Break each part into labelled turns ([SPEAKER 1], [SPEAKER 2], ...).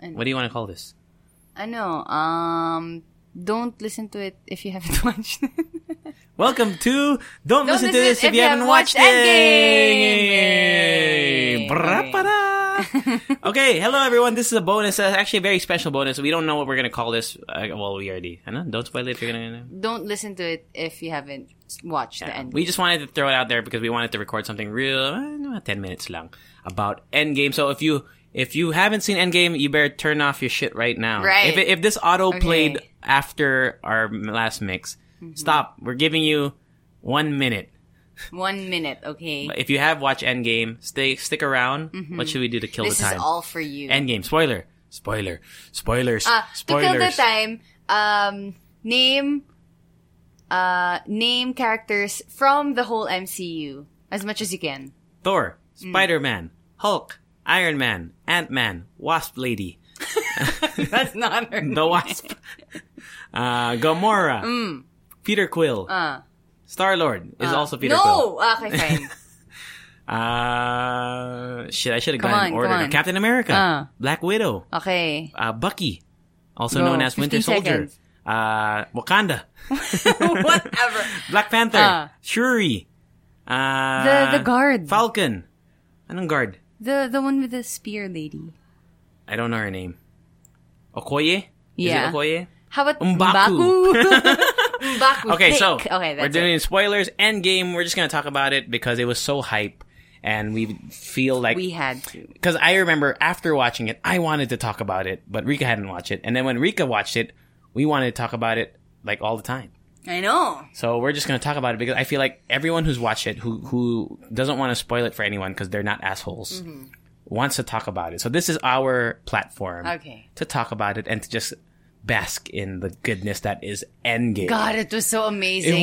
[SPEAKER 1] Ano?
[SPEAKER 2] What do you want to call this?
[SPEAKER 1] Ano, um, don't listen to it if you haven't watched it.
[SPEAKER 2] Welcome to Don't,
[SPEAKER 1] Don't
[SPEAKER 2] Listen to This If You Haven't Watched
[SPEAKER 1] Endgame.
[SPEAKER 2] It. Bra-ba-da. okay, hello everyone. This is a bonus. Uh, actually, a very special bonus. We don't know what we're gonna call this. Uh, well, we already. I know. Don't spoil it if you're gonna.
[SPEAKER 1] don't listen to it if you haven't watched the end.
[SPEAKER 2] We just wanted to throw it out there because we wanted to record something real, uh, no, ten minutes long about Endgame. So if you if you haven't seen Endgame, you better turn off your shit right now.
[SPEAKER 1] Right.
[SPEAKER 2] If it- if this auto
[SPEAKER 1] Okay. Mm-hmm.
[SPEAKER 2] played after our m- last mix, stop. We're giving you one minute.
[SPEAKER 1] One minute, okay?
[SPEAKER 2] If you have watched Endgame, stay stick around. What should we do to kill
[SPEAKER 1] Mm-hmm. This
[SPEAKER 2] the
[SPEAKER 1] is
[SPEAKER 2] time?
[SPEAKER 1] all for you.
[SPEAKER 2] Endgame spoiler. Spoiler. Spoilers.
[SPEAKER 1] uh, to
[SPEAKER 2] spoilers.
[SPEAKER 1] kill the time, um, name, uh, name characters from the whole MCU as much as you can.
[SPEAKER 2] Thor,
[SPEAKER 1] Mm.
[SPEAKER 2] Spider Man, Hulk, Iron Man, Ant Man, Wasp Lady,
[SPEAKER 1] That's not her.
[SPEAKER 2] the Wasp, uh, Gamora,
[SPEAKER 1] Mm.
[SPEAKER 2] Peter Quill, Star Lord is also Peter Quill.
[SPEAKER 1] Uh. no! Ah, Okay, fine.
[SPEAKER 2] Uh, shit, I should have
[SPEAKER 1] Come
[SPEAKER 2] gone in
[SPEAKER 1] on,
[SPEAKER 2] order.
[SPEAKER 1] come on.
[SPEAKER 2] Captain America,
[SPEAKER 1] Uh.
[SPEAKER 2] Black Widow,
[SPEAKER 1] Okay.
[SPEAKER 2] uh, Bucky, also
[SPEAKER 1] Go,
[SPEAKER 2] known as Winter
[SPEAKER 1] 15
[SPEAKER 2] Soldier,
[SPEAKER 1] seconds.
[SPEAKER 2] uh, Wakanda,
[SPEAKER 1] Whatever.
[SPEAKER 2] Black Panther,
[SPEAKER 1] Uh.
[SPEAKER 2] Shuri, uh,
[SPEAKER 1] The- the guard.
[SPEAKER 2] Falcon, anong guard?
[SPEAKER 1] The, the one with the spear lady.
[SPEAKER 2] I don't know her name. Okoye?
[SPEAKER 1] Yeah.
[SPEAKER 2] Is it Okoye?
[SPEAKER 1] How about
[SPEAKER 2] M'Baku.
[SPEAKER 1] Mbaku? Mbaku.
[SPEAKER 2] Okay,
[SPEAKER 1] thick.
[SPEAKER 2] so
[SPEAKER 1] okay, that's
[SPEAKER 2] we're doing spoilers. Endgame. We're just gonna talk about it because it was so hype, and we feel
[SPEAKER 1] it.
[SPEAKER 2] like
[SPEAKER 1] We had to.
[SPEAKER 2] because I remember after watching it, I wanted to talk about it, but Rika hadn't watched it, and then when Rika watched it, we wanted to talk about it like all the time.
[SPEAKER 1] I know.
[SPEAKER 2] So we're just gonna talk about it because I feel like everyone who's watched it, who who doesn't want to spoil it for anyone because they're not assholes,
[SPEAKER 1] Mm-hmm.
[SPEAKER 2] wants to talk about it. So this is our platform,
[SPEAKER 1] Okay.
[SPEAKER 2] to talk about it and to just bask in the goodness that is Endgame.
[SPEAKER 1] God, it was so amazing.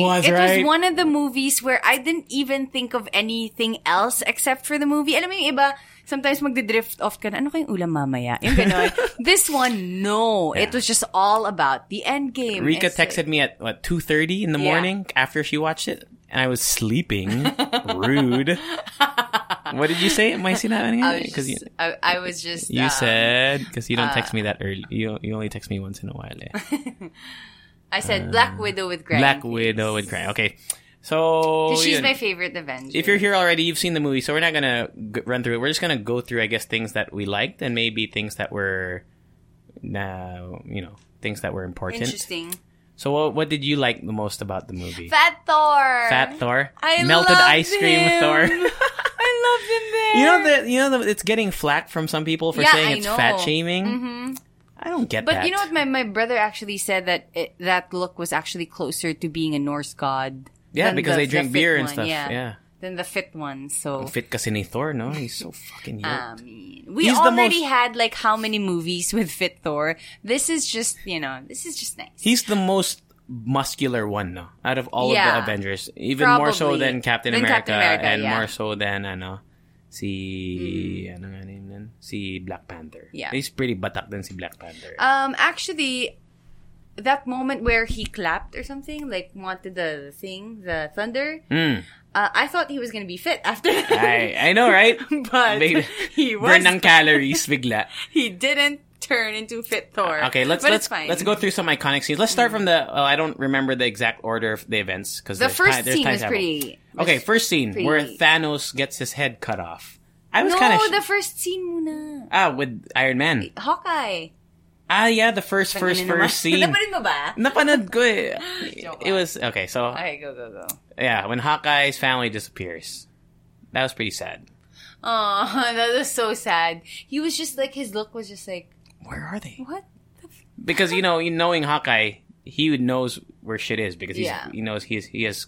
[SPEAKER 2] It was, right?
[SPEAKER 1] one of the movies where I didn't even think of anything else except for the movie. Alam mo yung iba, sometimes magdi-drift off ka na, ano kayong ulam mamaya? Yung ganon. this one, no. It was just all about the end game.
[SPEAKER 2] Rika
[SPEAKER 1] It's like-
[SPEAKER 2] texted me at what two thirty in the
[SPEAKER 1] Yeah.
[SPEAKER 2] morning after she watched it, and I was sleeping. Rude. What did you say? Am I seeing that
[SPEAKER 1] I
[SPEAKER 2] again?
[SPEAKER 1] was
[SPEAKER 2] Because
[SPEAKER 1] just,
[SPEAKER 2] you,
[SPEAKER 1] uh, I, I was just,
[SPEAKER 2] you
[SPEAKER 1] um,
[SPEAKER 2] said because you don't text me that early. You you only text me once in a while. eh?
[SPEAKER 1] I said Black Widow with Greg.
[SPEAKER 2] uh, Black Widow would cry. Okay, so
[SPEAKER 1] She's
[SPEAKER 2] yun.
[SPEAKER 1] my favorite Avenger.
[SPEAKER 2] if you're here already, you've seen the movie, so we're not gonna g- run through it. We're just gonna go through, I guess, things that we liked and maybe things that were, now you know, things that were important.
[SPEAKER 1] Interesting.
[SPEAKER 2] So, what, what did you like the most about the movie?
[SPEAKER 1] Fat Thor.
[SPEAKER 2] Fat Thor.
[SPEAKER 1] I
[SPEAKER 2] Melted
[SPEAKER 1] loved
[SPEAKER 2] ice cream
[SPEAKER 1] him.
[SPEAKER 2] Thor.
[SPEAKER 1] I loved him
[SPEAKER 2] you
[SPEAKER 1] there.
[SPEAKER 2] know that you know that it's getting flack from some people for
[SPEAKER 1] Yeah,
[SPEAKER 2] saying
[SPEAKER 1] I
[SPEAKER 2] it's
[SPEAKER 1] know.
[SPEAKER 2] fat shaming. Mm-hmm. I don't get
[SPEAKER 1] But
[SPEAKER 2] that.
[SPEAKER 1] you know what? My, my brother actually said that it, that look was actually closer to being a Norse god.
[SPEAKER 2] Yeah,
[SPEAKER 1] than
[SPEAKER 2] because
[SPEAKER 1] the-
[SPEAKER 2] they drink
[SPEAKER 1] the fit
[SPEAKER 2] beer and
[SPEAKER 1] one,
[SPEAKER 2] stuff. Yeah.
[SPEAKER 1] Than the fit one. So,
[SPEAKER 2] Fit kasi ni Thor, no? He's so fucking yoked.
[SPEAKER 1] I mean, we
[SPEAKER 2] He's the
[SPEAKER 1] already
[SPEAKER 2] most-
[SPEAKER 1] had like how many movies with Fit Thor? This is just, you know, this is just nice.
[SPEAKER 2] He's the most muscular one, no? Out of all
[SPEAKER 1] Yeah.
[SPEAKER 2] of the Avengers, even more so
[SPEAKER 1] Probably.
[SPEAKER 2] than Captain
[SPEAKER 1] Than
[SPEAKER 2] America,
[SPEAKER 1] Captain America,
[SPEAKER 2] and
[SPEAKER 1] yeah. Mm-hmm.
[SPEAKER 2] more so than ano si ano nga name nun? Si Black Panther.
[SPEAKER 1] Yeah.
[SPEAKER 2] He's pretty batak than si Black Panther.
[SPEAKER 1] Um, actually, that moment where he clapped or something, like wanted the thing, the thunder. Uh, I thought he was gonna be fit after that.
[SPEAKER 2] Hmm. I I know, right?
[SPEAKER 1] but
[SPEAKER 2] Big-
[SPEAKER 1] he was.
[SPEAKER 2] Burn ng calories bigla.
[SPEAKER 1] He didn't turn into Fit Thor.
[SPEAKER 2] Okay, let's
[SPEAKER 1] but
[SPEAKER 2] let's
[SPEAKER 1] it's fine. Mm.
[SPEAKER 2] let's go through some iconic scenes. Let's start from the. Oh, I don't remember the exact order of the events because
[SPEAKER 1] The first scene was pretty.
[SPEAKER 2] Okay, first scene
[SPEAKER 1] pretty-
[SPEAKER 2] where Thanos gets his head cut off. I was
[SPEAKER 1] no,
[SPEAKER 2] kind of sh-
[SPEAKER 1] the first scene muna.
[SPEAKER 2] ah with Iron Man.
[SPEAKER 1] Hawkeye.
[SPEAKER 2] Ah, yeah, the first first
[SPEAKER 1] Tangina
[SPEAKER 2] first
[SPEAKER 1] naman.
[SPEAKER 2] scene.
[SPEAKER 1] Naparin mo ba?
[SPEAKER 2] Napanood ko eh.
[SPEAKER 1] Joke
[SPEAKER 2] It was okay. So
[SPEAKER 1] Okay, go go go.
[SPEAKER 2] yeah, when Hawkeye's family disappears, that was pretty sad.
[SPEAKER 1] Oh, that was so sad. He was just like his look was just like
[SPEAKER 2] Where are they?
[SPEAKER 1] what?
[SPEAKER 2] because you know, you knowing Hawkeye, he would knows where shit is because he's,
[SPEAKER 1] Yeah. Mm-hmm.
[SPEAKER 2] he knows he is, he has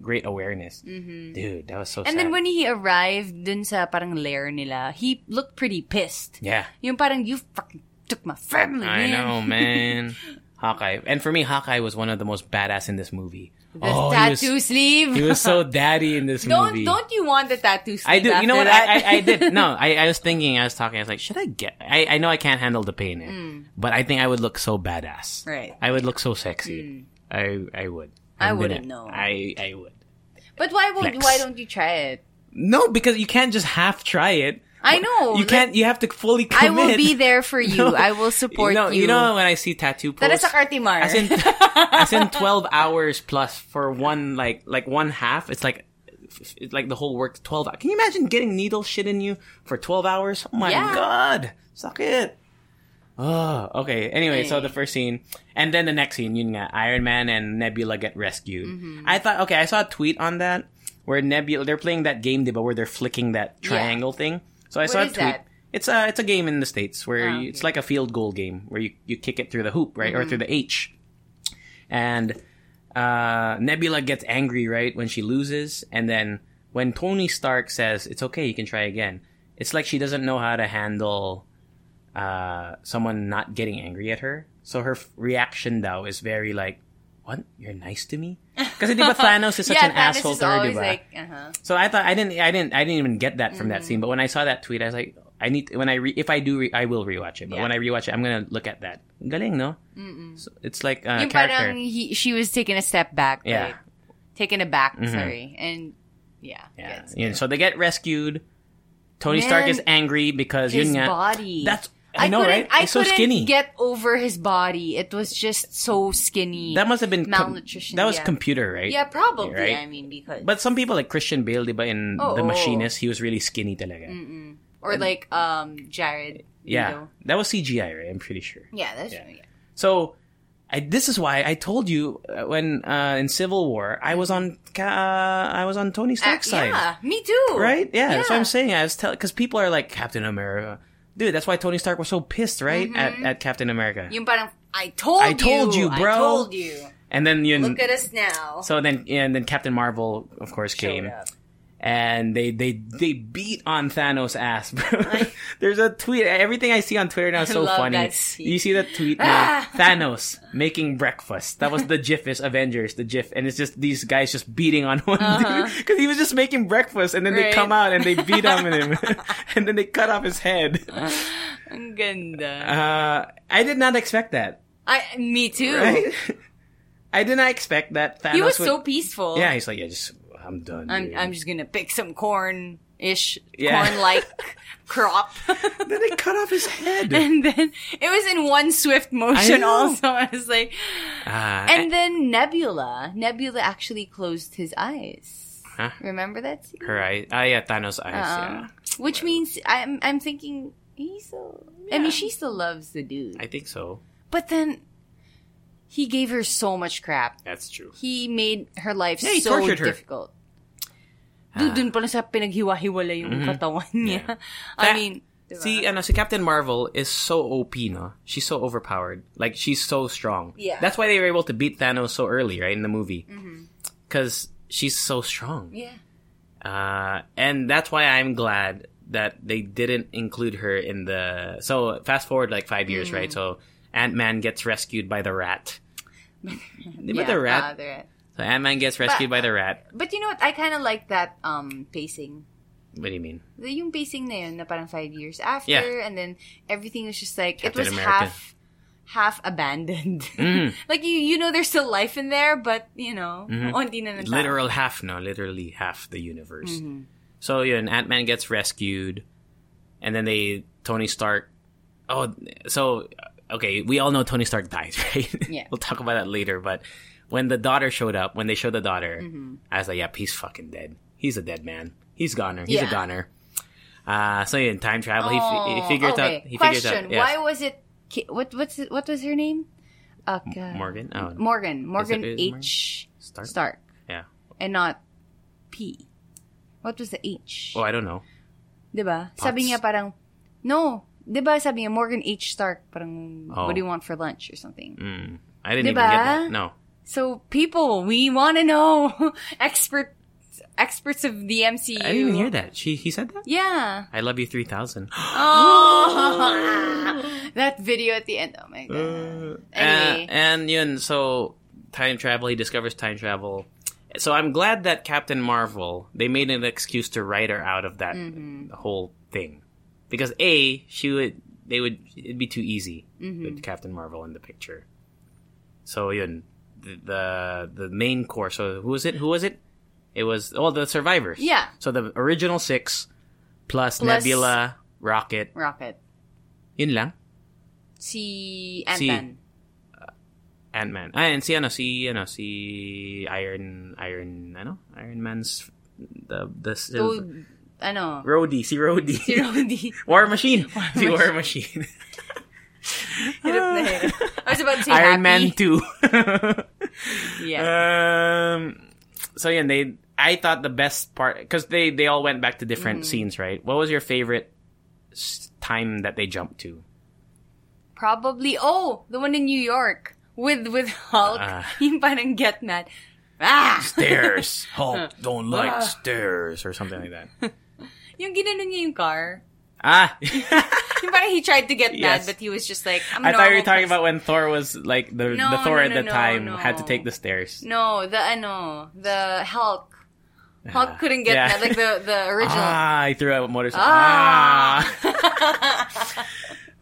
[SPEAKER 2] great awareness. Dude, that was so.
[SPEAKER 1] And
[SPEAKER 2] sad.
[SPEAKER 1] then when he arrived dun sa parang lair nila, he looked pretty pissed.
[SPEAKER 2] yeah,
[SPEAKER 1] Yung parang you fucking took my family.
[SPEAKER 2] I
[SPEAKER 1] man.
[SPEAKER 2] know, man. Hawkeye. And for me, Hawkeye was one of the most badass in this movie. Oh,
[SPEAKER 1] The
[SPEAKER 2] he
[SPEAKER 1] tattoo
[SPEAKER 2] was-
[SPEAKER 1] sleeve.
[SPEAKER 2] He was so daddy in this
[SPEAKER 1] don't
[SPEAKER 2] movie.
[SPEAKER 1] don't you want the tattoo sleeve?
[SPEAKER 2] I do. You
[SPEAKER 1] after
[SPEAKER 2] know what?
[SPEAKER 1] That?
[SPEAKER 2] I, I, I did. No, I, I was thinking, I was talking, I was like, should I get, I, I know I can't handle the pain, eh, but I think I would look so badass.
[SPEAKER 1] Mm. Right. Mm.
[SPEAKER 2] I would look so sexy. I, I would.
[SPEAKER 1] I
[SPEAKER 2] I'm
[SPEAKER 1] wouldn't
[SPEAKER 2] gonna-
[SPEAKER 1] know.
[SPEAKER 2] I, I would.
[SPEAKER 1] but why would
[SPEAKER 2] Flex.
[SPEAKER 1] why don't you try it?
[SPEAKER 2] No, because you can't just half try it.
[SPEAKER 1] I know.
[SPEAKER 2] You
[SPEAKER 1] like,
[SPEAKER 2] can't, you have to fully commit.
[SPEAKER 1] I will be there for you.
[SPEAKER 2] No.
[SPEAKER 1] I will support
[SPEAKER 2] you.
[SPEAKER 1] you.
[SPEAKER 2] Know, you know when I see tattoo
[SPEAKER 1] Tara
[SPEAKER 2] posts?
[SPEAKER 1] sa Cartimar.
[SPEAKER 2] as in, as in 12 hours plus for one, like, like one half, it's like, it's like the whole work 12 hours. Can you imagine getting needle shit in you for 12 hours? Oh my
[SPEAKER 1] Yeah.
[SPEAKER 2] god! Suck it! Oh, okay. Anyway, so
[SPEAKER 1] Anyway.
[SPEAKER 2] the first scene, and then the next scene, you know, Iron Man and Nebula get rescued.
[SPEAKER 1] Mm-hmm.
[SPEAKER 2] I thought, okay, I saw a tweet on that where Nebula, they're playing that game, diba, where they're flicking that triangle thing. So I saw a
[SPEAKER 1] is
[SPEAKER 2] tweet.
[SPEAKER 1] that?
[SPEAKER 2] It's a it's a game in the states where
[SPEAKER 1] Oh,
[SPEAKER 2] you, it's
[SPEAKER 1] okay. Mm-hmm.
[SPEAKER 2] like a field goal game where you, you kick it through the hoop, right, or through the H, and uh, Nebula gets angry right when she loses, and then when Tony Stark says it's okay, you can try again, it's like she doesn't know how to handle uh, someone not getting angry at her. So her f- reaction though is very like, "What? You're nice to me?" Because diba Thanos is such
[SPEAKER 1] yeah,
[SPEAKER 2] an
[SPEAKER 1] Thanos
[SPEAKER 2] asshole
[SPEAKER 1] is
[SPEAKER 2] to her,
[SPEAKER 1] always
[SPEAKER 2] diba?
[SPEAKER 1] like, uh-huh.
[SPEAKER 2] So I thought I didn't I didn't I didn't even get that from
[SPEAKER 1] Mm-hmm.
[SPEAKER 2] that scene. But when I saw that tweet, I was like, I need when I re, if I do re, I will rewatch it. But
[SPEAKER 1] Yeah.
[SPEAKER 2] when I rewatch it, I'm gonna look at that. Galing, no? So it's like uh,
[SPEAKER 1] Yung
[SPEAKER 2] character.
[SPEAKER 1] parang um, he, she was taking a step back.
[SPEAKER 2] Yeah. Mm-hmm.
[SPEAKER 1] Right? Taken aback, sorry. And yeah.
[SPEAKER 2] yeah.
[SPEAKER 1] gets-
[SPEAKER 2] yeah. So they get rescued. Tony Stark
[SPEAKER 1] Man,
[SPEAKER 2] is angry because
[SPEAKER 1] His
[SPEAKER 2] yun nga-
[SPEAKER 1] body.
[SPEAKER 2] That's I, know,
[SPEAKER 1] couldn't-
[SPEAKER 2] right?
[SPEAKER 1] I
[SPEAKER 2] He's so
[SPEAKER 1] couldn't
[SPEAKER 2] skinny.
[SPEAKER 1] get over his body. It was just so skinny.
[SPEAKER 2] that must have been com-
[SPEAKER 1] malnutrition.
[SPEAKER 2] that was
[SPEAKER 1] yeah.
[SPEAKER 2] computer, right?
[SPEAKER 1] Yeah, probably.
[SPEAKER 2] Right?
[SPEAKER 1] I mean, because
[SPEAKER 2] But some people like Christian Bale, diba, in
[SPEAKER 1] Oh,
[SPEAKER 2] The
[SPEAKER 1] oh.
[SPEAKER 2] Machinist, he was really skinny talaga.
[SPEAKER 1] or like um Jared.
[SPEAKER 2] Yeah,
[SPEAKER 1] Leto.
[SPEAKER 2] that was CGI, right? I'm pretty sure.
[SPEAKER 1] Yeah, that's
[SPEAKER 2] Yeah.
[SPEAKER 1] right. yeah.
[SPEAKER 2] So I, this is why I told you uh, when uh, in Civil War I was on uh, I was on Tony
[SPEAKER 1] Uh,
[SPEAKER 2] Stark's side,
[SPEAKER 1] yeah, me too.
[SPEAKER 2] right? Yeah, that's what I'm saying. I was telling because people are like Captain America, dude. That's why Tony Stark was so pissed, right,
[SPEAKER 1] Mm-hmm.
[SPEAKER 2] at, at Captain America.
[SPEAKER 1] Yung parang, um, I told
[SPEAKER 2] I told you, bro.
[SPEAKER 1] I told you.
[SPEAKER 2] and then you
[SPEAKER 1] Look at us now.
[SPEAKER 2] so then and then Captain Marvel of course came.
[SPEAKER 1] up.
[SPEAKER 2] And they, they they beat on Thanos' ass. bro. There's a tweet. Everything I see on Twitter now is
[SPEAKER 1] I
[SPEAKER 2] so
[SPEAKER 1] love
[SPEAKER 2] funny.
[SPEAKER 1] that Ah! scene.
[SPEAKER 2] You see the tweet now? Thanos making breakfast. That was the GIF is Avengers, the GIF, and it's just these guys just beating on one dude because he was just making breakfast, and then they
[SPEAKER 1] Uh-huh. Right.
[SPEAKER 2] come out and they beat on him, and then they cut off his head.
[SPEAKER 1] Ang ganda.
[SPEAKER 2] Uh, I did not expect that.
[SPEAKER 1] I, me too.
[SPEAKER 2] Right? I did not expect that. Thanos
[SPEAKER 1] He was
[SPEAKER 2] would-
[SPEAKER 1] so peaceful.
[SPEAKER 2] Yeah, he's like, yeah, just I'm done.
[SPEAKER 1] I'm,
[SPEAKER 2] dude."
[SPEAKER 1] I'm just gonna pick some corn ish,
[SPEAKER 2] Yeah.
[SPEAKER 1] corn like crop.
[SPEAKER 2] then they cut off his head.
[SPEAKER 1] and then it was in one swift motion,
[SPEAKER 2] know.
[SPEAKER 1] also. I was like,
[SPEAKER 2] Ah,
[SPEAKER 1] and then Nebula. Nebula actually closed his eyes.
[SPEAKER 2] Huh?
[SPEAKER 1] Remember that scene?
[SPEAKER 2] her eye. Ah, yeah, Thanos' eyes. Yeah,
[SPEAKER 1] Um, Which means I'm, I'm thinking he still, I mean, she still loves the dude.
[SPEAKER 2] I think so.
[SPEAKER 1] But then he gave her so much crap.
[SPEAKER 2] That's true.
[SPEAKER 1] He made her life
[SPEAKER 2] Yeah, he
[SPEAKER 1] so
[SPEAKER 2] tortured her. Ah.
[SPEAKER 1] difficult. Dude, dun pa lang sa pinaghiwa-hiwala yung katawan niya. I
[SPEAKER 2] Mm-hmm. That-
[SPEAKER 1] mean, diba?
[SPEAKER 2] See, ano, si Captain Marvel is so OP, no? She's so overpowered. Like, she's so strong.
[SPEAKER 1] Yeah. Mm-hmm.
[SPEAKER 2] That's why they were able to beat Thanos so early, right, in the movie. Because she's so strong.
[SPEAKER 1] yeah.
[SPEAKER 2] Uh, and that's why I'm glad that they didn't include her in the. So fast forward like five years, right?
[SPEAKER 1] Mm-hmm.
[SPEAKER 2] So Ant Man gets rescued by the rat. Remember the rat?
[SPEAKER 1] ah, the rat.
[SPEAKER 2] so Ant Man gets rescued by the rat.
[SPEAKER 1] But you know what? I kind of like that um pacing.
[SPEAKER 2] What do you mean?
[SPEAKER 1] The yung pacing na yun, na parang five years after,
[SPEAKER 2] Yeah.
[SPEAKER 1] and then everything was just like, it
[SPEAKER 2] Captain
[SPEAKER 1] was
[SPEAKER 2] America. Mm-hmm.
[SPEAKER 1] half half abandoned. like, you you know there's still life in there, but, you know, onti na ng tao. Mm-hmm.
[SPEAKER 2] Literal half, no, literally half the universe. So yeah, and Ant Man gets rescued, and then they Tony Stark. Oh, so okay, we all know Tony Stark dies, right?
[SPEAKER 1] Yeah.
[SPEAKER 2] we'll talk about that later. But when the daughter showed up, when they showed the daughter,
[SPEAKER 1] Mm-hmm.
[SPEAKER 2] I was like, "Yep, he's fucking dead. He's a dead man. He's goner. He's a
[SPEAKER 1] Yeah.
[SPEAKER 2] goner." Uh, so in time travel, he, fi- he
[SPEAKER 1] Oh,
[SPEAKER 2] figures out.
[SPEAKER 1] okay.
[SPEAKER 2] He
[SPEAKER 1] Question:
[SPEAKER 2] figures out.
[SPEAKER 1] Why was it? Ki- What what's it, what was her name? Uh, God.
[SPEAKER 2] Morgan? Oh,
[SPEAKER 1] Morgan. Morgan
[SPEAKER 2] is it
[SPEAKER 1] H.
[SPEAKER 2] Stark?
[SPEAKER 1] Stark,
[SPEAKER 2] yeah.
[SPEAKER 1] and not P. What was the H?
[SPEAKER 2] Oh, I don't know.
[SPEAKER 1] Diba? Sabi niya parang no. Diba sabi niya Morgan H. Stark parang
[SPEAKER 2] Oh.
[SPEAKER 1] what do you want for lunch or something.
[SPEAKER 2] Mm, I didn't even
[SPEAKER 1] Diba?
[SPEAKER 2] get that. No.
[SPEAKER 1] So people, we want to know expert experts of the MCU.
[SPEAKER 2] I didn't even hear that. She he said that.
[SPEAKER 1] Yeah.
[SPEAKER 2] I love you three thousand.
[SPEAKER 1] Oh, that video at the end. Oh my god.
[SPEAKER 2] Uh.
[SPEAKER 1] Anyway.
[SPEAKER 2] And, Eh, and yun, so time travel. He discovers time travel. So I'm glad that Captain Marvel they made an excuse to write her out of that
[SPEAKER 1] Mm-hmm.
[SPEAKER 2] whole thing, because a she would they would it'd be too easy
[SPEAKER 1] Mm-hmm.
[SPEAKER 2] with Captain Marvel in the picture. So yun, the the, the main core. So who was it? Who was it? It was oh the survivors.
[SPEAKER 1] Yeah.
[SPEAKER 2] So the original six plus,
[SPEAKER 1] Plus-
[SPEAKER 2] Nebula, Rocket.
[SPEAKER 1] Rocket.
[SPEAKER 2] Yun lang.
[SPEAKER 1] Si Ant-Man.
[SPEAKER 2] Ant Man. Ah, and si ano si ano si Iron Iron ano Iron Man's the the
[SPEAKER 1] So,
[SPEAKER 2] the-
[SPEAKER 1] ano?
[SPEAKER 2] Rhodey si Rhodey
[SPEAKER 1] Si Rhodey.
[SPEAKER 2] War Machine si War Machine
[SPEAKER 1] Hirap na eh. I was about to say
[SPEAKER 2] Iron
[SPEAKER 1] happy.
[SPEAKER 2] Man two.
[SPEAKER 1] Yeah.
[SPEAKER 2] um, so yeah, they I thought the best part because they they all went back to different scenes, right? What was your favorite s- time that they jumped to?
[SPEAKER 1] Probably. Oh, the one in New York with with Hulk.
[SPEAKER 2] Ah.
[SPEAKER 1] Yung parang get mad. Ah!
[SPEAKER 2] Stairs. Hulk don't like stairs or something like that.
[SPEAKER 1] Yung ginano niya yung car.
[SPEAKER 2] Ah.
[SPEAKER 1] Yung parang he tried to get mad,
[SPEAKER 2] Yes.
[SPEAKER 1] but he was just like, I'm
[SPEAKER 2] I
[SPEAKER 1] a
[SPEAKER 2] thought you were
[SPEAKER 1] normal
[SPEAKER 2] talking
[SPEAKER 1] person.
[SPEAKER 2] about when Thor was like the
[SPEAKER 1] No,
[SPEAKER 2] the Thor
[SPEAKER 1] no,
[SPEAKER 2] at the
[SPEAKER 1] no, no,
[SPEAKER 2] time
[SPEAKER 1] no.
[SPEAKER 2] had to take the stairs.
[SPEAKER 1] No, the ano, the Hulk. Hulk couldn't
[SPEAKER 2] Ah.
[SPEAKER 1] get
[SPEAKER 2] yeah.
[SPEAKER 1] that, like the the original.
[SPEAKER 2] Ah, I threw out a motorcycle.
[SPEAKER 1] Ah.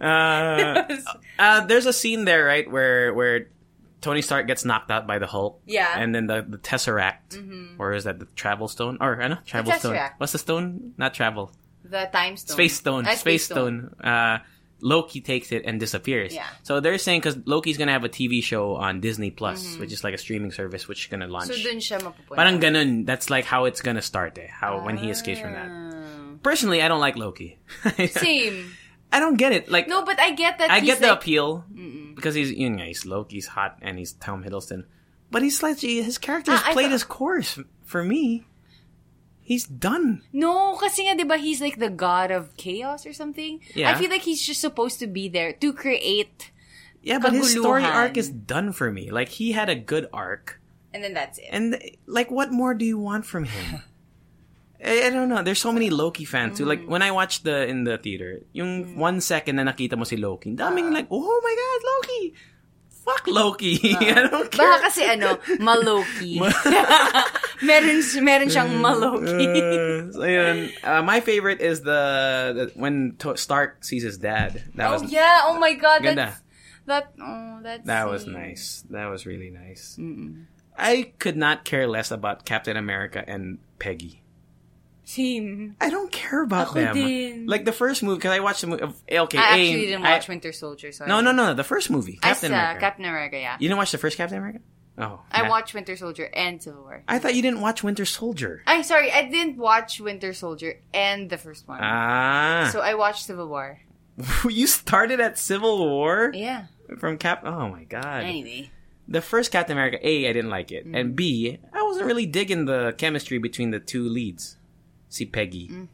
[SPEAKER 2] Ah. Uh, uh, there's a scene there, right, where where Tony Stark gets knocked out by the Hulk.
[SPEAKER 1] Yeah. Mm-hmm.
[SPEAKER 2] And then the, the Tesseract, or is that the Travel Stone? Or I know Travel Stone.
[SPEAKER 1] Tesseract.
[SPEAKER 2] What's the stone? Not Travel.
[SPEAKER 1] the time stone,
[SPEAKER 2] Space Stone.
[SPEAKER 1] Ah,
[SPEAKER 2] Space, Stone. Uh, Loki takes it and disappears.
[SPEAKER 1] Yeah.
[SPEAKER 2] So they're saying because Loki's gonna have a TV show on Disney Plus, which is like a streaming service, which is gonna launch.
[SPEAKER 1] Mm-hmm. So dun siya mapupunta.
[SPEAKER 2] Parang ganun. That's like how it's gonna start. Eh, how when he escapes from that.
[SPEAKER 1] Ah.
[SPEAKER 2] Personally, I don't like Loki.
[SPEAKER 1] Same.
[SPEAKER 2] I don't get it. Like
[SPEAKER 1] No, but I get that.
[SPEAKER 2] I
[SPEAKER 1] he's
[SPEAKER 2] get the
[SPEAKER 1] like,
[SPEAKER 2] appeal because he's you know he's Loki, he's hot, and he's Tom Hiddleston. But he's like his character has
[SPEAKER 1] Ah, I
[SPEAKER 2] played
[SPEAKER 1] thought-
[SPEAKER 2] his course for me. He's done.
[SPEAKER 1] No, kasi nga, di ba, he's like the god of chaos or something?
[SPEAKER 2] Yeah.
[SPEAKER 1] I feel like he's just supposed to be there to create,
[SPEAKER 2] Yeah, but his story
[SPEAKER 1] Kaguluhan.
[SPEAKER 2] arc is done for me. Like he had a good arc,
[SPEAKER 1] and then that's it.
[SPEAKER 2] and like what more do you want from him? I, I don't know. There's so many Loki fans who like
[SPEAKER 1] Mm.
[SPEAKER 2] when I watched the in the theater, yung one second na nakita mo si Loki, daming
[SPEAKER 1] Ah.
[SPEAKER 2] like, oh my god, Loki! Fuck Loki! I don't care.
[SPEAKER 1] Ah. Baka kasi ano, maloki. meron, meron siyang maloki.
[SPEAKER 2] Mm. Uh, so yun. Uh, my favorite is the, the- when to- Stark sees his dad. That
[SPEAKER 1] oh
[SPEAKER 2] was
[SPEAKER 1] yeah, oh my god,
[SPEAKER 2] ganda.
[SPEAKER 1] that's, that, oh, that's
[SPEAKER 2] That was nice. That was really nice. I could not care less about Captain America and Peggy.
[SPEAKER 1] Same.
[SPEAKER 2] I don't care about
[SPEAKER 1] Ako
[SPEAKER 2] them.
[SPEAKER 1] din.
[SPEAKER 2] Like the first movie, because I watched the movie. Of, eh, okay,
[SPEAKER 1] I
[SPEAKER 2] A,
[SPEAKER 1] actually didn't
[SPEAKER 2] I-
[SPEAKER 1] watch Winter Soldier, so
[SPEAKER 2] No, no, no, the first movie,
[SPEAKER 1] I
[SPEAKER 2] Captain
[SPEAKER 1] saw
[SPEAKER 2] America.
[SPEAKER 1] Captain America, yeah.
[SPEAKER 2] you didn't watch the first Captain America? Oh,
[SPEAKER 1] I
[SPEAKER 2] nah.
[SPEAKER 1] watched Winter Soldier and Civil War.
[SPEAKER 2] I thought you didn't watch Winter Soldier.
[SPEAKER 1] I'm sorry, I didn't watch Winter Soldier and the first one.
[SPEAKER 2] Ah,
[SPEAKER 1] so I watched Civil War.
[SPEAKER 2] you started at Civil War
[SPEAKER 1] Yeah.
[SPEAKER 2] from Cap. Oh my god.
[SPEAKER 1] Anyway. Mm-hmm.
[SPEAKER 2] the first Captain America, A, I didn't like it, and B, I wasn't really digging the chemistry between the two leads, see Peggy.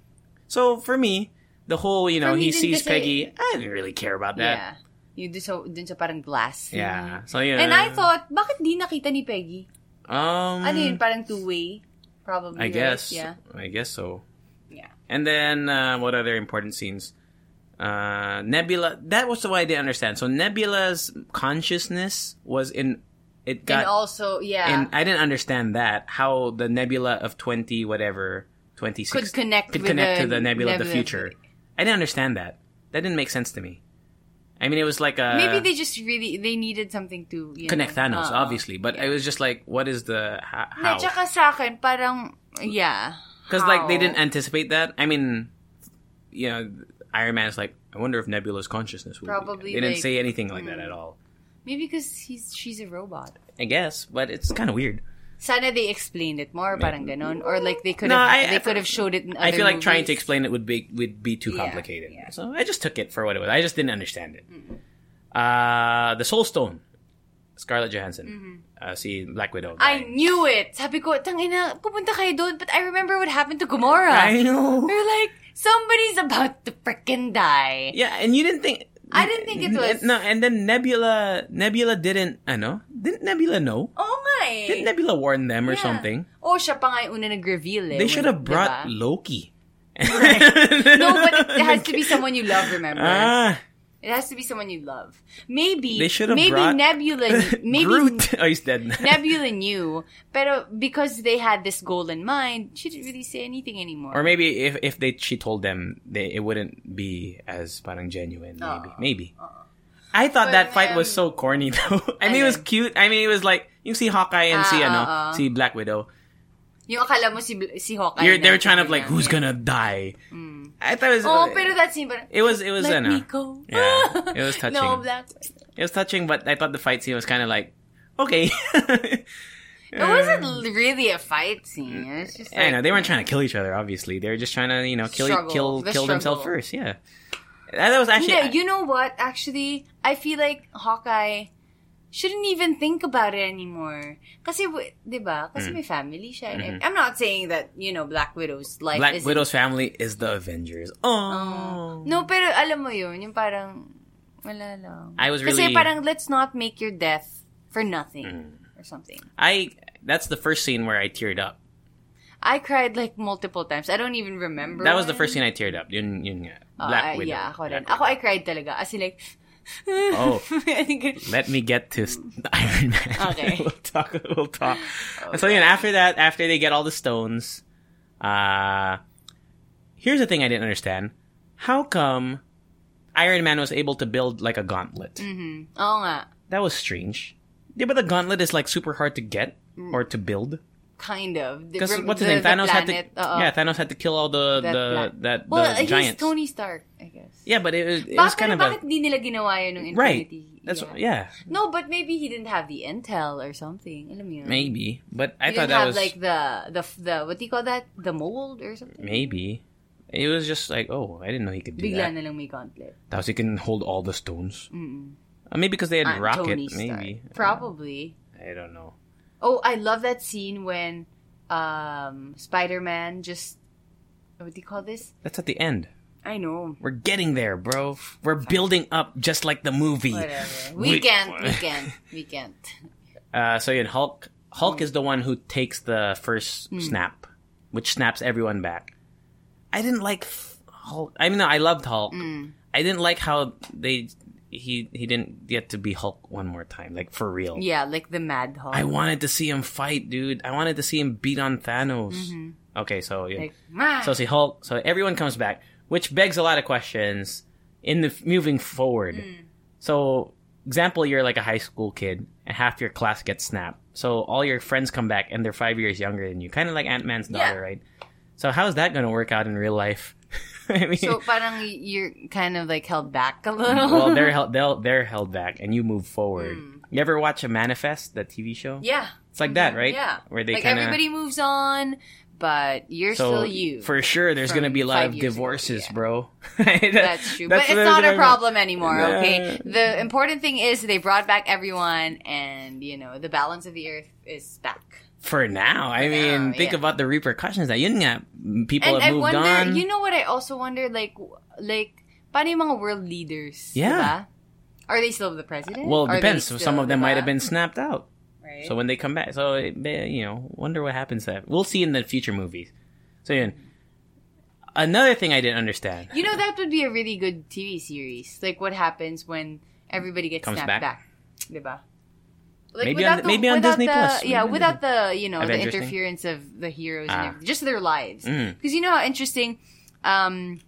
[SPEAKER 2] So for me, the whole you know
[SPEAKER 1] Mm. For me
[SPEAKER 2] he
[SPEAKER 1] din
[SPEAKER 2] sees
[SPEAKER 1] kasi-
[SPEAKER 2] Peggy, I didn't really care about
[SPEAKER 1] Yeah.
[SPEAKER 2] that.
[SPEAKER 1] Yung dun sa, dun sa parang glass.
[SPEAKER 2] Yeah. Uh, So yeah.
[SPEAKER 1] And I thought, bakit di nakita ni Peggy?
[SPEAKER 2] um,
[SPEAKER 1] Ano yun, parang two-way? Probably.
[SPEAKER 2] I
[SPEAKER 1] right?
[SPEAKER 2] guess.
[SPEAKER 1] Yeah.
[SPEAKER 2] I guess so.
[SPEAKER 1] Yeah.
[SPEAKER 2] And then uh, what other important scenes? Uh, Nebula. That was the way I didn't understand. So Nebula's consciousness was in. It got uh,
[SPEAKER 1] and also, yeah.
[SPEAKER 2] and I didn't understand that how the nebula of twenty whatever twenty six
[SPEAKER 1] Could connect
[SPEAKER 2] could
[SPEAKER 1] with
[SPEAKER 2] connect
[SPEAKER 1] the
[SPEAKER 2] to the nebula, of the
[SPEAKER 1] nebula.
[SPEAKER 2] future. I didn't understand that. That didn't make sense to me. I mean, it was like a
[SPEAKER 1] Maybe they just really, they needed something to, you
[SPEAKER 2] connect
[SPEAKER 1] know.
[SPEAKER 2] Thanos,
[SPEAKER 1] Uh-uh.
[SPEAKER 2] obviously, but it was just like, what is the ho-
[SPEAKER 1] Na,
[SPEAKER 2] how?
[SPEAKER 1] tsaka sa akin, parang, yeah.
[SPEAKER 2] Because like they
[SPEAKER 1] how?
[SPEAKER 2] didn't anticipate that. I mean, you know, Iron Man is like, I wonder if Nebula's consciousness would be-
[SPEAKER 1] Probably,
[SPEAKER 2] They didn't
[SPEAKER 1] like, mm.
[SPEAKER 2] say anything like that at all.
[SPEAKER 1] Maybe because he's she's a robot.
[SPEAKER 2] I guess, but it's kind of weird.
[SPEAKER 1] Sana they explained it more, parang ganon. Or like they could
[SPEAKER 2] No,
[SPEAKER 1] have
[SPEAKER 2] I- I
[SPEAKER 1] they could
[SPEAKER 2] feel-
[SPEAKER 1] have showed it in other
[SPEAKER 2] I feel like trying to
[SPEAKER 1] movies.
[SPEAKER 2] explain it would be would be too complicated.
[SPEAKER 1] yeah.
[SPEAKER 2] So I just took it for what it was. I just didn't understand it. Uh, the Soul Stone, Scarlett Johansson. Uh, see Black Widow.
[SPEAKER 1] Mm-hmm. I
[SPEAKER 2] dying.
[SPEAKER 1] knew it. Sabi ko, tangina, pupunta kayo doon, but I remember what happened to Gamora.
[SPEAKER 2] I know.
[SPEAKER 1] We were like, somebody's about to freaking die.
[SPEAKER 2] Yeah, and you didn't think.
[SPEAKER 1] I didn't think it was-
[SPEAKER 2] No, and then Nebula. Nebula didn't. I know. Didn't Nebula know?
[SPEAKER 1] Oo nga eh.
[SPEAKER 2] Didn't Nebula warn them or
[SPEAKER 1] Yeah.
[SPEAKER 2] something?
[SPEAKER 1] Oh, siya pa nga yung una nag-reveal eh.
[SPEAKER 2] They should
[SPEAKER 1] When-
[SPEAKER 2] have brought
[SPEAKER 1] diba?
[SPEAKER 2] Loki.
[SPEAKER 1] No, but it has to be someone you love, remember?
[SPEAKER 2] Ah,
[SPEAKER 1] It has to be someone you love. Maybe
[SPEAKER 2] They should have
[SPEAKER 1] maybe
[SPEAKER 2] brought
[SPEAKER 1] Nebula maybe
[SPEAKER 2] Groot. Oh, he's dead. now.
[SPEAKER 1] Nebula knew, pero because they had this goal in mind, she didn't really say anything anymore.
[SPEAKER 2] Or maybe if if they she told them, they, it wouldn't be as parang genuine. Maybe, maybe. I thought
[SPEAKER 1] Uh-uh. But
[SPEAKER 2] that fight was so
[SPEAKER 1] then-
[SPEAKER 2] corny though. I mean, it was cute. I mean, it was like you see Hawkeye and see
[SPEAKER 1] Ah,
[SPEAKER 2] ano,
[SPEAKER 1] ah, ah.
[SPEAKER 2] see Black Widow.
[SPEAKER 1] Yung akala mo si, Bl- si Hawkeye.
[SPEAKER 2] You're,
[SPEAKER 1] na-
[SPEAKER 2] they were trying to like,
[SPEAKER 1] Yeah.
[SPEAKER 2] who's gonna die? I thought it was.
[SPEAKER 1] Oh, pero that scene, parang,
[SPEAKER 2] it was it was
[SPEAKER 1] let
[SPEAKER 2] ano.
[SPEAKER 1] me go.
[SPEAKER 2] Yeah, it was touching.
[SPEAKER 1] no, Black Widow.
[SPEAKER 2] It was touching, but I thought the fight scene was kind of like okay.
[SPEAKER 1] It wasn't really a fight scene. It was just like,
[SPEAKER 2] I know they weren't trying to kill each other. Obviously, they were just trying to you know kill e-,
[SPEAKER 1] Struggle.
[SPEAKER 2] kill
[SPEAKER 1] The
[SPEAKER 2] kill themselves
[SPEAKER 1] struggle.
[SPEAKER 2] first. Yeah, that, that was actually.
[SPEAKER 1] No, you know what? Actually, I feel like Hawkeye shouldn't even think about it anymore. Kasi, w- di ba? Kasi
[SPEAKER 2] Hmm.
[SPEAKER 1] may family siya. and I'm not saying that, you know, Black Widow's
[SPEAKER 2] Mm-hmm.
[SPEAKER 1] life
[SPEAKER 2] Black
[SPEAKER 1] is...
[SPEAKER 2] Widow's family is the Avengers. Oh,
[SPEAKER 1] No, pero alam mo yun, yung parang, wala lang.
[SPEAKER 2] I was
[SPEAKER 1] Kasi
[SPEAKER 2] really Mm.
[SPEAKER 1] parang, let's not make your death for nothing. Or something.
[SPEAKER 2] I. That's the first scene where I teared up.
[SPEAKER 1] I cried like multiple times. I don't even remember.
[SPEAKER 2] That was the
[SPEAKER 1] when.
[SPEAKER 2] first scene I teared up. Yun, yun, nga.
[SPEAKER 1] Ah,
[SPEAKER 2] Black
[SPEAKER 1] ah,
[SPEAKER 2] Widow.
[SPEAKER 1] Yeah, ako rin.
[SPEAKER 2] Black
[SPEAKER 1] Ako,
[SPEAKER 2] Widow.
[SPEAKER 1] I cried talaga. As in like,
[SPEAKER 2] Oh.
[SPEAKER 1] I think-
[SPEAKER 2] Let me get to s- Iron Man.
[SPEAKER 1] Okay.
[SPEAKER 2] we'll talk. We'll talk. So then after that, after they get all the stones, uh, here's the thing I didn't understand: how come Iron Man was able to build like a gauntlet?
[SPEAKER 1] Mm-hmm. Oo nga.
[SPEAKER 2] That was strange. Yeah, but the gauntlet is like super hard to get or to build.
[SPEAKER 1] Kind of. The-
[SPEAKER 2] Because
[SPEAKER 1] rem-
[SPEAKER 2] what's his
[SPEAKER 1] Mm. the-
[SPEAKER 2] name? Thanos
[SPEAKER 1] the
[SPEAKER 2] had to.
[SPEAKER 1] planet, oo.
[SPEAKER 2] Yeah, Thanos had to kill all the
[SPEAKER 1] That
[SPEAKER 2] the
[SPEAKER 1] pla-
[SPEAKER 2] that the
[SPEAKER 1] well, he's
[SPEAKER 2] giants.
[SPEAKER 1] Tony Stark, I guess.
[SPEAKER 2] Yeah, but it, was- it
[SPEAKER 1] Ba-
[SPEAKER 2] was kind
[SPEAKER 1] pero
[SPEAKER 2] of
[SPEAKER 1] bakit
[SPEAKER 2] a
[SPEAKER 1] di nila ginawa yun ng
[SPEAKER 2] right.
[SPEAKER 1] Infinity?
[SPEAKER 2] That's yeah.
[SPEAKER 1] No, but maybe he didn't have the intel or something. Alam mo yun?
[SPEAKER 2] maybe. But I
[SPEAKER 1] He
[SPEAKER 2] thought that
[SPEAKER 1] didn't have
[SPEAKER 2] was
[SPEAKER 1] like the, the, the, what do you call that? The mold or something?
[SPEAKER 2] maybe. It was just like oh, I didn't know he could do
[SPEAKER 1] Bigla
[SPEAKER 2] that.
[SPEAKER 1] na lang may gauntlet.
[SPEAKER 2] That was he can hold all the stones. mm Uh, maybe because they had
[SPEAKER 1] Ah,
[SPEAKER 2] rocket.
[SPEAKER 1] Tony Stark.
[SPEAKER 2] Maybe
[SPEAKER 1] Probably.
[SPEAKER 2] I don't know.
[SPEAKER 1] Oh, I love that scene when um, Spider-Man just, what do you call this?
[SPEAKER 2] That's at the end.
[SPEAKER 1] I know.
[SPEAKER 2] We're getting there, bro. We're building up just like the movie.
[SPEAKER 1] Whatever.
[SPEAKER 2] We-
[SPEAKER 1] Weekend, weekend, weekend.
[SPEAKER 2] Uh, so yeah, Hulk.
[SPEAKER 1] Mm.
[SPEAKER 2] Hulk is the one who takes the first snap, which snaps everyone back. I didn't like f- Hulk. I mean, no, I loved Hulk.
[SPEAKER 1] Mm.
[SPEAKER 2] I didn't like how they he he didn't get to be Hulk one more time, like for real.
[SPEAKER 1] Yeah, like the Mad Hawk.
[SPEAKER 2] Oh. I wanted to see him fight, dude. I wanted to see him beat on Thanos. Okay, so yeah.
[SPEAKER 1] Mm-hmm. Like, "Ma!"
[SPEAKER 2] So see Hulk. So everyone comes back, which begs a lot of questions in the moving forward.
[SPEAKER 1] Mm.
[SPEAKER 2] So example, you're like a high school kid, and half your class gets snapped. So all your friends come back, and they're five years younger than you, kind of like Ant Man's
[SPEAKER 1] Yeah.
[SPEAKER 2] daughter, right? So how's that going to work out in real life? I mean,
[SPEAKER 1] So parang y- you're kind of like held back a little.
[SPEAKER 2] well, they're held, they'll, they're held back, and you move forward. You ever watch a manifest, that TV show?
[SPEAKER 1] Mm. yeah,
[SPEAKER 2] It's like that, right?
[SPEAKER 1] yeah.
[SPEAKER 2] Where they
[SPEAKER 1] like
[SPEAKER 2] kind of
[SPEAKER 1] everybody moves on, but you're still you.
[SPEAKER 2] For sure, there's
[SPEAKER 1] from
[SPEAKER 2] gonna be a lot
[SPEAKER 1] five
[SPEAKER 2] of
[SPEAKER 1] years ago,
[SPEAKER 2] divorces,
[SPEAKER 1] yeah.
[SPEAKER 2] bro.
[SPEAKER 1] that's true, but it's not a problem anymore. Okay, the important thing is they brought back everyone, and you know the balance of the earth is back.
[SPEAKER 2] For now, I mean,
[SPEAKER 1] now,
[SPEAKER 2] think
[SPEAKER 1] yeah.
[SPEAKER 2] about the repercussions. That yun nga, people
[SPEAKER 1] And
[SPEAKER 2] have
[SPEAKER 1] I
[SPEAKER 2] moved
[SPEAKER 1] wonder,
[SPEAKER 2] on.
[SPEAKER 1] you know what? I also wonder, like, w- like paano yung mga world leaders?
[SPEAKER 2] Yeah.
[SPEAKER 1] diba? Are they still the president?
[SPEAKER 2] well,
[SPEAKER 1] Are
[SPEAKER 2] it
[SPEAKER 1] they
[SPEAKER 2] depends. So
[SPEAKER 1] still,
[SPEAKER 2] Some of them might have
[SPEAKER 1] diba?
[SPEAKER 2] been snapped out.
[SPEAKER 1] Right?
[SPEAKER 2] So when they come back, so it, may- you know, wonder what happens. to That we'll see in the future movies. So yun. Another thing I didn't understand.
[SPEAKER 1] You know, that would be a really good TV series. Like what happens when everybody gets
[SPEAKER 2] Comes
[SPEAKER 1] snapped
[SPEAKER 2] back.
[SPEAKER 1] back. Diba? Like
[SPEAKER 2] Maybe
[SPEAKER 1] without
[SPEAKER 2] on- maybe on
[SPEAKER 1] without
[SPEAKER 2] Disney
[SPEAKER 1] the,
[SPEAKER 2] Plus.
[SPEAKER 1] Yeah,
[SPEAKER 2] Maybe on
[SPEAKER 1] without the, you know,
[SPEAKER 2] Avengers
[SPEAKER 1] the
[SPEAKER 2] thing?
[SPEAKER 1] interference of the heroes
[SPEAKER 2] Ah.
[SPEAKER 1] and everything. Just their lives.
[SPEAKER 2] Mm.
[SPEAKER 1] Because you know how interesting um,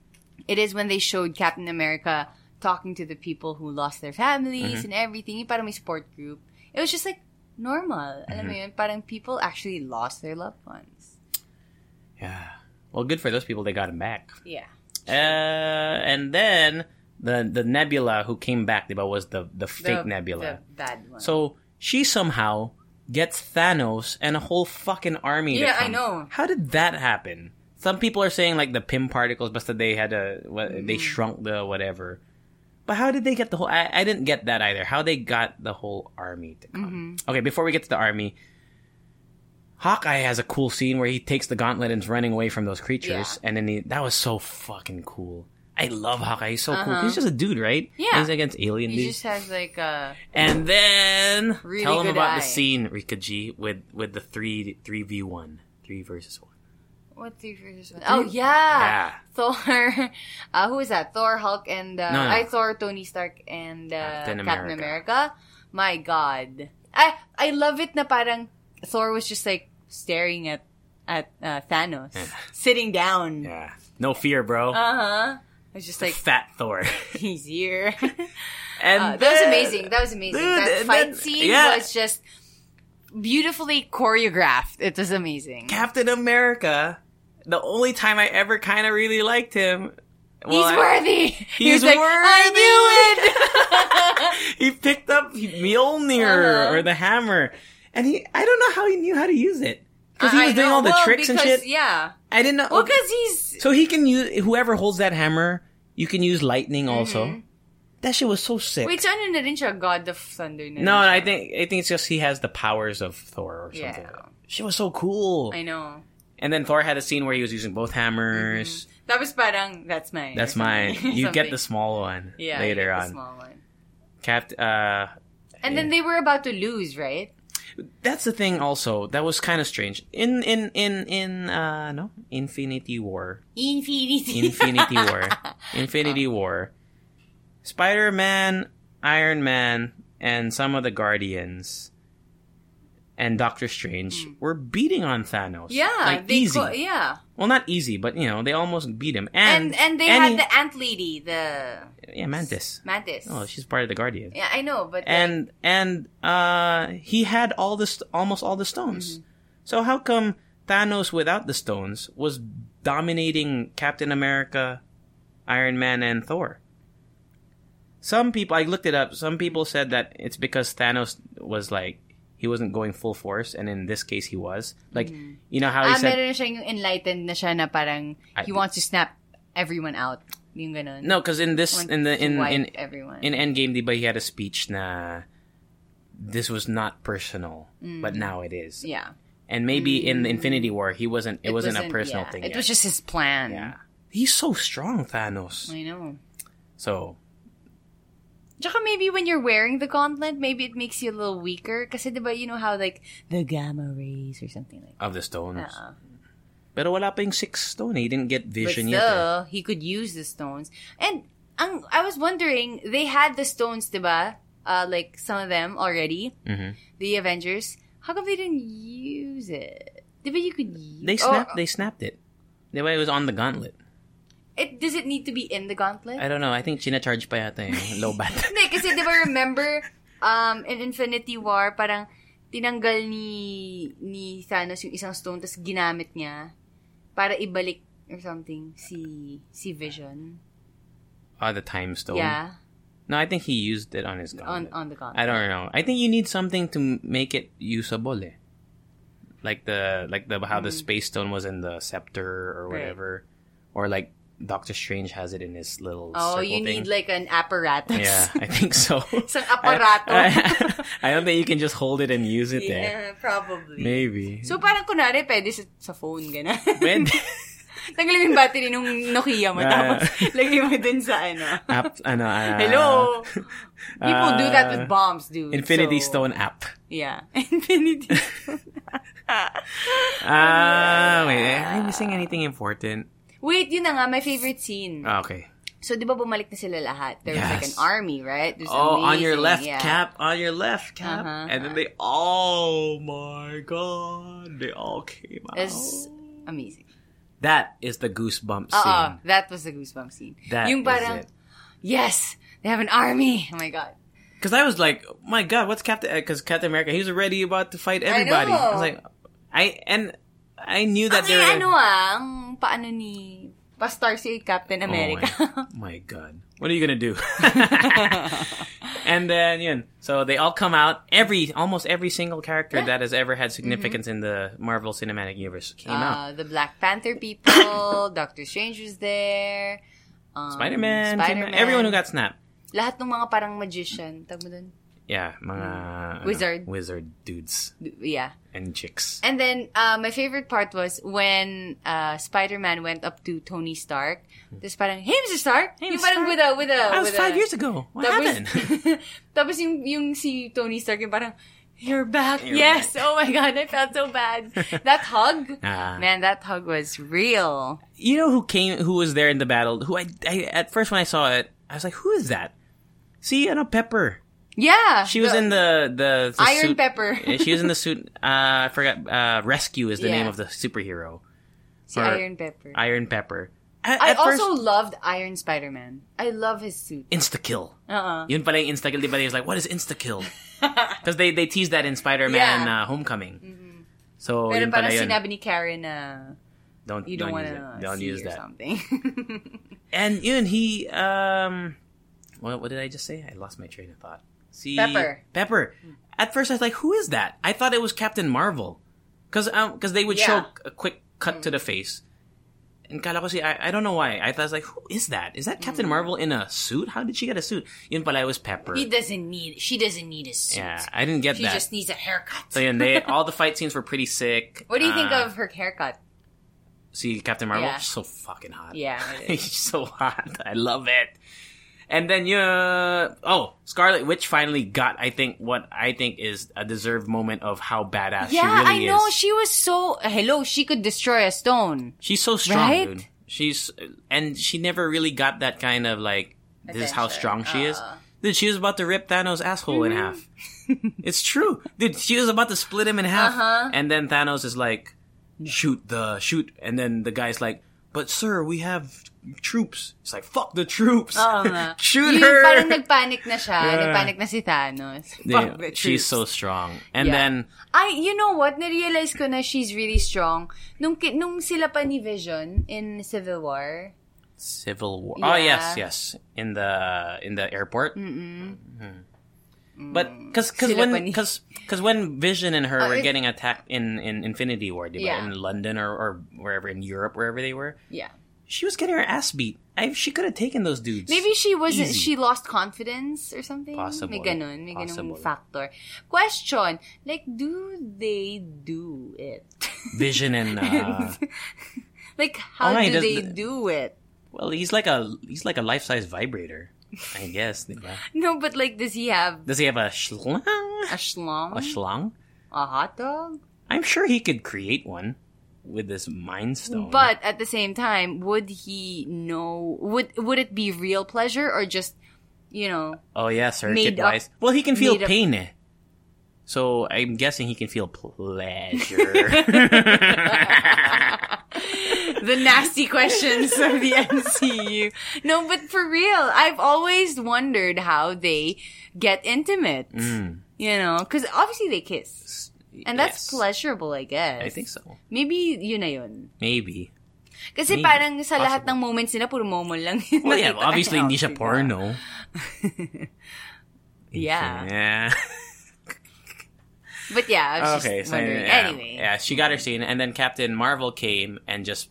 [SPEAKER 1] it is when they showed Captain America talking to the people who lost their
[SPEAKER 2] Mm-hmm.
[SPEAKER 1] families and everything. Yung parang may support group. It was just like normal. Alam
[SPEAKER 2] Mm-hmm.
[SPEAKER 1] mo yun? Parang people actually lost their loved ones.
[SPEAKER 2] Yeah. Well, good for those people. They got him back.
[SPEAKER 1] Yeah.
[SPEAKER 2] Uh, and then the the Nebula who came back, diba, was the the fake
[SPEAKER 1] The-
[SPEAKER 2] Nebula.
[SPEAKER 1] The bad one.
[SPEAKER 2] So she somehow gets Thanos and a whole fucking army. to
[SPEAKER 1] Yeah,
[SPEAKER 2] come.
[SPEAKER 1] I know.
[SPEAKER 2] How did that happen? Some people are saying like the Pym particles, but that they had a what,
[SPEAKER 1] Mm.
[SPEAKER 2] they shrunk the whatever. But how did they get the whole? I, I didn't get that either. How they got the whole army to come?
[SPEAKER 1] Mm-hmm.
[SPEAKER 2] Okay, before we get to the army, Hawkeye has a cool scene where he takes the gauntlet and is running away from those creatures, and then he, that was so fucking cool. I love Hawkeye. He's so cool. He's just a dude, right?
[SPEAKER 1] Uh-huh. Yeah.
[SPEAKER 2] He's against alien
[SPEAKER 1] He
[SPEAKER 2] dudes.
[SPEAKER 1] just has like a
[SPEAKER 2] And then
[SPEAKER 1] Really
[SPEAKER 2] tell him
[SPEAKER 1] good
[SPEAKER 2] about
[SPEAKER 1] eye.
[SPEAKER 2] the scene, Rika G, with with the three three v one, three versus one.
[SPEAKER 1] what three versus one? Oh yeah,
[SPEAKER 2] Yeah.
[SPEAKER 1] Thor. Uh, who is that? Thor, Hulk, and uh,
[SPEAKER 2] No, no.
[SPEAKER 1] I Thor, Tony Stark, and uh,
[SPEAKER 2] Captain
[SPEAKER 1] Captain,
[SPEAKER 2] America.
[SPEAKER 1] America. My God, I I love it. Na parang Thor was just like staring at at uh, Thanos, sitting down.
[SPEAKER 2] Yeah. No fear, bro.
[SPEAKER 1] Uh huh. I was just like
[SPEAKER 2] Fat Thor.
[SPEAKER 1] he's here.
[SPEAKER 2] and
[SPEAKER 1] Uh, that was
[SPEAKER 2] then-
[SPEAKER 1] amazing. That was amazing.
[SPEAKER 2] Dude, and
[SPEAKER 1] that fight
[SPEAKER 2] then-
[SPEAKER 1] scene
[SPEAKER 2] yeah.
[SPEAKER 1] was just beautifully choreographed. It was amazing.
[SPEAKER 2] Captain America, the only time I ever kind of really liked him. well,
[SPEAKER 1] he's
[SPEAKER 2] I-
[SPEAKER 1] worthy. He was
[SPEAKER 2] He's
[SPEAKER 1] like,
[SPEAKER 2] worthy."
[SPEAKER 1] I knew it.
[SPEAKER 2] he picked up Mjolnir
[SPEAKER 1] Uh-huh.
[SPEAKER 2] or the hammer, and he—I don't know how he knew how to use it because he
[SPEAKER 1] I-
[SPEAKER 2] was
[SPEAKER 1] I
[SPEAKER 2] doing
[SPEAKER 1] know.
[SPEAKER 2] all the
[SPEAKER 1] Well,
[SPEAKER 2] tricks and
[SPEAKER 1] because-
[SPEAKER 2] shit.
[SPEAKER 1] Yeah.
[SPEAKER 2] I didn't know.
[SPEAKER 1] Well, because he's
[SPEAKER 2] so he can use whoever holds that hammer. You can use lightning
[SPEAKER 1] Mm-hmm.
[SPEAKER 2] also. That shit was so sick.
[SPEAKER 1] wait, so ano na rin siya? God of Thunder na rin
[SPEAKER 2] no,
[SPEAKER 1] siya.
[SPEAKER 2] I think I think it's just he has the powers of Thor or something.
[SPEAKER 1] Yeah.
[SPEAKER 2] She was so cool.
[SPEAKER 1] I know.
[SPEAKER 2] And then Thor had a scene where he was using both hammers.
[SPEAKER 1] That was parang that's mine. or
[SPEAKER 2] That's mine.
[SPEAKER 1] Mm-hmm. something.
[SPEAKER 2] You get
[SPEAKER 1] Something.
[SPEAKER 2] the small one
[SPEAKER 1] yeah, you
[SPEAKER 2] later
[SPEAKER 1] get the
[SPEAKER 2] on.
[SPEAKER 1] small one.
[SPEAKER 2] Capt. Uh,
[SPEAKER 1] And then they were about to lose, right?
[SPEAKER 2] that's the thing. Also, that was kind of strange. In in in in uh no Infinity War.
[SPEAKER 1] Infinity.
[SPEAKER 2] Infinity War. Infinity War. Spider Man, Iron Man, and some of the Guardians and Doctor Strange were beating on Thanos.
[SPEAKER 1] Mm. yeah,
[SPEAKER 2] like
[SPEAKER 1] they
[SPEAKER 2] easy.
[SPEAKER 1] co- yeah.
[SPEAKER 2] Well, not easy, but you know they almost beat him. And
[SPEAKER 1] And and they
[SPEAKER 2] any-
[SPEAKER 1] had the ant lady, the
[SPEAKER 2] yeah Mantis.
[SPEAKER 1] mantis.
[SPEAKER 2] Oh, she's part of the Guardians.
[SPEAKER 1] yeah, I know, but
[SPEAKER 2] and and uh he had all this almost all the stones so how come thanos without the stones was dominating captain america iron man and thor some people i looked it up some people said that it's because thanos was like he wasn't going full force and in this case he was like you know how he
[SPEAKER 1] ah,
[SPEAKER 2] said
[SPEAKER 1] meron na siyang yung enlightened na siya na parang
[SPEAKER 2] I-
[SPEAKER 1] he wants to snap everyone out. Yung ganun.
[SPEAKER 2] no because in this
[SPEAKER 1] Wants
[SPEAKER 2] in the
[SPEAKER 1] to
[SPEAKER 2] in
[SPEAKER 1] wipe
[SPEAKER 2] in
[SPEAKER 1] everyone.
[SPEAKER 2] in Endgame, di ba, he had a speech na this was not personal, but now it is.
[SPEAKER 1] yeah.
[SPEAKER 2] And maybe in Infinity War, he wasn't. It, wasn't, a personal
[SPEAKER 1] yeah.
[SPEAKER 2] thing.
[SPEAKER 1] Mm. It
[SPEAKER 2] yet.
[SPEAKER 1] was just his plan.
[SPEAKER 2] Yeah. He's so strong, Thanos.
[SPEAKER 1] I know.
[SPEAKER 2] So
[SPEAKER 1] Tsaka maybe when you're wearing the gauntlet, maybe it makes you a little weaker. Kasi diba, you know how like, the gamma rays or something like that.
[SPEAKER 2] of the stones,
[SPEAKER 1] Uh-uh.
[SPEAKER 2] pero wala pa yung sixth stone. eh. He didn't get
[SPEAKER 1] But
[SPEAKER 2] Vision yet. eh.
[SPEAKER 1] still, he could use the stones. And ang, I was wondering, they had the stones, diba? Uh, like some of them already.
[SPEAKER 2] Mhm.
[SPEAKER 1] The Avengers. How come they didn't use it? Diba you could Oh, use
[SPEAKER 2] They
[SPEAKER 1] or-
[SPEAKER 2] snapped. they snapped it. The way it was on the gauntlet.
[SPEAKER 1] it, does it need to be in the gauntlet?
[SPEAKER 2] I don't know. I think charge pa yata yung low bat.
[SPEAKER 1] Hindi, kasi di ba remember um, in Infinity War, parang tinanggal ni ni Thanos yung isang stone tapos ginamit niya para ibalik or something si si Vision.
[SPEAKER 2] oh, the time stone.
[SPEAKER 1] Yeah,
[SPEAKER 2] No, I think he used it on his
[SPEAKER 1] on
[SPEAKER 2] gauntlet.
[SPEAKER 1] on the gauntlet.
[SPEAKER 2] I don't know. I think you need something to m- make it usable. Eh? Like the like the how the space stone was in the scepter or
[SPEAKER 1] Mm. Right.
[SPEAKER 2] whatever, or like Doctor Strange has it in his little.
[SPEAKER 1] Oh,
[SPEAKER 2] circle
[SPEAKER 1] you
[SPEAKER 2] thing.
[SPEAKER 1] need like an apparatus.
[SPEAKER 2] Yeah, I think so.
[SPEAKER 1] Isang aparato.
[SPEAKER 2] I, I, I don't think you can just hold it and use it there.
[SPEAKER 1] Yeah, probably.
[SPEAKER 2] Maybe.
[SPEAKER 1] So parang kunwari pwede sa, sa phone gano'n.
[SPEAKER 2] When
[SPEAKER 1] Tanggalin mo yung battery nung Nokia mo
[SPEAKER 2] Yeah.
[SPEAKER 1] tapos lagay mo dun sa ano.
[SPEAKER 2] app, ano, uh,
[SPEAKER 1] Hello. People do that
[SPEAKER 2] uh,
[SPEAKER 1] with bombs, dude.
[SPEAKER 2] Infinity
[SPEAKER 1] So,
[SPEAKER 2] Stone app.
[SPEAKER 1] Yeah. Infinity Stone.
[SPEAKER 2] Ah, wait. Am I missing anything important?
[SPEAKER 1] Wait, yun na nga, my favorite scene.
[SPEAKER 2] Ah, okay.
[SPEAKER 1] so, di ba bumalik na sila lahat? There was like
[SPEAKER 2] Yes.
[SPEAKER 1] an army, right? There's
[SPEAKER 2] Oh, on your left
[SPEAKER 1] amazing- yeah.
[SPEAKER 2] cap, on your left cap,
[SPEAKER 1] Uh-huh.
[SPEAKER 2] and then they. Oh my god! They all came out.
[SPEAKER 1] It's amazing.
[SPEAKER 2] That is the goosebump Oh.
[SPEAKER 1] Oo,
[SPEAKER 2] scene.
[SPEAKER 1] that was the goosebump scene.
[SPEAKER 2] That is
[SPEAKER 1] Yung parang,
[SPEAKER 2] it.
[SPEAKER 1] yes, they have an army. Oh my God.
[SPEAKER 2] Because I was like, my god, what's Captain? Because Captain America, he was already about to fight everybody. I, was
[SPEAKER 1] know.
[SPEAKER 2] like, I and I knew that
[SPEAKER 1] Ang
[SPEAKER 2] they were.
[SPEAKER 1] ano ah, ang paano ni Pastor si Captain
[SPEAKER 2] Oh
[SPEAKER 1] America.
[SPEAKER 2] my, my god, what are you gonna do? and then yun, so they all come out. Every almost every single character that has ever
[SPEAKER 1] Mm-hmm.
[SPEAKER 2] had significance in the Marvel Cinematic Universe came out.
[SPEAKER 1] Uh, the Black Panther people, Doctor Strange was there. Um,
[SPEAKER 2] Spider Man, everyone who got snapped.
[SPEAKER 1] Lahat ng mga parang magician. Tag mo dun?
[SPEAKER 2] yeah, mga ano,
[SPEAKER 1] Wizard.
[SPEAKER 2] wizard dudes
[SPEAKER 1] Yeah.
[SPEAKER 2] and chicks.
[SPEAKER 1] And then uh, my favorite part was when uh, Spider-Man went up to Tony Stark. Just parang, hey, Mr. Stark!
[SPEAKER 2] Hey, Mr.
[SPEAKER 1] yung parang
[SPEAKER 2] Stark.
[SPEAKER 1] with a, with a,
[SPEAKER 2] That was
[SPEAKER 1] with
[SPEAKER 2] five
[SPEAKER 1] a,
[SPEAKER 2] years ago. What happened?
[SPEAKER 1] tapos yung, yung si Tony Stark yung parang, you're back. yes. Oh my God. I felt so bad. That hug.
[SPEAKER 2] Ah.
[SPEAKER 1] Man, that hug was real.
[SPEAKER 2] you know who came, who was there in the battle? Who I, I at first when I saw it, I was like, who is that? See, Anna Pepper.
[SPEAKER 1] Yeah.
[SPEAKER 2] She was in the the, the
[SPEAKER 1] Iron
[SPEAKER 2] suit-
[SPEAKER 1] Pepper.
[SPEAKER 2] Yeah, she was in the suit. Uh, I forgot. Uh, Rescue is the
[SPEAKER 1] Yeah.
[SPEAKER 2] name of the superhero.
[SPEAKER 1] Si
[SPEAKER 2] or-
[SPEAKER 1] Iron Pepper. I,
[SPEAKER 2] Iron Pepper. At, at
[SPEAKER 1] also
[SPEAKER 2] first,
[SPEAKER 1] loved Iron Spider-Man. I love his suit.
[SPEAKER 2] insta kill.
[SPEAKER 1] Uh-uh.
[SPEAKER 2] Yun pala yung insta kill. Di ba? He was like, what is insta kill? Because they they teased that in Spider Man
[SPEAKER 1] Yeah. Mm-hmm.
[SPEAKER 2] uh, Homecoming. So
[SPEAKER 1] Pero
[SPEAKER 2] yun pala
[SPEAKER 1] parang
[SPEAKER 2] yun.
[SPEAKER 1] sinabi ni Karen na
[SPEAKER 2] Don't
[SPEAKER 1] you don't,
[SPEAKER 2] don't
[SPEAKER 1] want
[SPEAKER 2] use
[SPEAKER 1] to
[SPEAKER 2] it. Don't
[SPEAKER 1] see
[SPEAKER 2] use
[SPEAKER 1] or
[SPEAKER 2] that.
[SPEAKER 1] something.
[SPEAKER 2] And yun he um, what what did I just say? I lost my train of thought. See
[SPEAKER 1] Pepper.
[SPEAKER 2] Pepper. At first I was like, who is that? I thought it was Captain Marvel, because because they would
[SPEAKER 1] Yeah. Mm-hmm.
[SPEAKER 2] show a quick cut to the face. And kala ko si, I, I don't know why. I thought I was like, who is that? Is that Captain Marvel in a suit? How did she get a suit? Yun pala it was Pepper.
[SPEAKER 1] Mm-hmm. he doesn't need. She doesn't need a suit.
[SPEAKER 2] Yeah, I didn't get
[SPEAKER 1] She
[SPEAKER 2] that.
[SPEAKER 1] just needs a haircut.
[SPEAKER 2] So yun, they all the fight scenes were pretty sick.
[SPEAKER 1] what do you think
[SPEAKER 2] Uh,
[SPEAKER 1] of her haircut?
[SPEAKER 2] See Captain Marvel,
[SPEAKER 1] Yeah.
[SPEAKER 2] she's so fucking hot.
[SPEAKER 1] Yeah, it
[SPEAKER 2] she's so hot. I love it. And then you, oh, Scarlet Witch finally got, I think, what I think is a deserved moment of how badass she
[SPEAKER 1] Yeah,
[SPEAKER 2] really
[SPEAKER 1] I know
[SPEAKER 2] is.
[SPEAKER 1] she was so. Hello, she could destroy a stone.
[SPEAKER 2] She's so strong,
[SPEAKER 1] Right?
[SPEAKER 2] dude. She's and she never really got that kind of like this is how
[SPEAKER 1] Attention.
[SPEAKER 2] strong she is.
[SPEAKER 1] Uh. Mm-hmm.
[SPEAKER 2] Dude, she was about to rip Thanos' asshole in half. it's true, dude. She was about to split him in half,
[SPEAKER 1] Uh-huh.
[SPEAKER 2] and then Thanos is like, "Shoot the shoot," and then the guy's like, "But sir, we have troops." It's like, "Fuck the troops!
[SPEAKER 1] Um,
[SPEAKER 2] shoot
[SPEAKER 1] Yun,
[SPEAKER 2] her!"
[SPEAKER 1] parang nagpanic na siya.
[SPEAKER 2] Yeah.
[SPEAKER 1] Nagpanic na si Thanos.
[SPEAKER 2] Yeah,
[SPEAKER 1] Fuck the
[SPEAKER 2] she's
[SPEAKER 1] troops.
[SPEAKER 2] so strong, and
[SPEAKER 1] Yeah.
[SPEAKER 2] then
[SPEAKER 1] I, you know what? Narealize ko na she's really strong. Nung, ki- nung sila pa ni Vision in Civil War.
[SPEAKER 2] Civil War.
[SPEAKER 1] Yeah.
[SPEAKER 2] Oh yes, yes, in the in the airport. Mm-mm. But
[SPEAKER 1] Mm.
[SPEAKER 2] because because
[SPEAKER 1] Sila pa
[SPEAKER 2] when
[SPEAKER 1] ni-
[SPEAKER 2] because when Vision and her
[SPEAKER 1] Oh,
[SPEAKER 2] were
[SPEAKER 1] it-
[SPEAKER 2] getting attacked in in Infinity War, diba?
[SPEAKER 1] Yeah.
[SPEAKER 2] in London or, or wherever in Europe, wherever they were,
[SPEAKER 1] Yeah.
[SPEAKER 2] she was getting her ass beat. I, she could have taken those dudes.
[SPEAKER 1] Maybe she wasn't,
[SPEAKER 2] Easy.
[SPEAKER 1] she lost confidence or something.
[SPEAKER 2] Possible.
[SPEAKER 1] May ganun, may ganung
[SPEAKER 2] Possible.
[SPEAKER 1] factor. Question, like, do they do it?
[SPEAKER 2] Vision and uh,
[SPEAKER 1] like, how
[SPEAKER 2] Oh, nga,
[SPEAKER 1] do
[SPEAKER 2] does-
[SPEAKER 1] they do it?
[SPEAKER 2] well, he's like a he's like a life size vibrator, I guess. diba?
[SPEAKER 1] No, but like, does he have
[SPEAKER 2] Does he have a schlong?
[SPEAKER 1] a schlong?
[SPEAKER 2] A schlong?
[SPEAKER 1] a hot dog?
[SPEAKER 2] I'm sure he could create one with this mind stone.
[SPEAKER 1] But at the same time, would he know? Would would it be real pleasure or just, you know?
[SPEAKER 2] Oh yeah, circuit
[SPEAKER 1] Made up-
[SPEAKER 2] wise. Well, he can feel
[SPEAKER 1] made up-
[SPEAKER 2] pain. eh. So I'm guessing he can feel pleasure.
[SPEAKER 1] the nasty questions of the MCU. No, but for real, I've always wondered how they get intimate. You know, because obviously they kiss, and
[SPEAKER 2] Mm.
[SPEAKER 1] that's
[SPEAKER 2] Yes.
[SPEAKER 1] pleasurable, I
[SPEAKER 2] I
[SPEAKER 1] guess.
[SPEAKER 2] think so.
[SPEAKER 1] Maybe yun na yun.
[SPEAKER 2] Maybe.
[SPEAKER 1] Kasi
[SPEAKER 2] Maybe.
[SPEAKER 1] parang sa lahat
[SPEAKER 2] Possible.
[SPEAKER 1] ng moments nila, puro momol lang.
[SPEAKER 2] Well, yeah.
[SPEAKER 1] nakita
[SPEAKER 2] Obviously,
[SPEAKER 1] niyo,
[SPEAKER 2] hindi siya
[SPEAKER 1] diba?
[SPEAKER 2] porno.
[SPEAKER 1] Yeah.
[SPEAKER 2] Yeah.
[SPEAKER 1] But yeah, I was
[SPEAKER 2] okay.
[SPEAKER 1] just
[SPEAKER 2] So
[SPEAKER 1] wondering.
[SPEAKER 2] yeah,
[SPEAKER 1] Anyway.
[SPEAKER 2] yeah, she got her scene, and then Captain Marvel came and just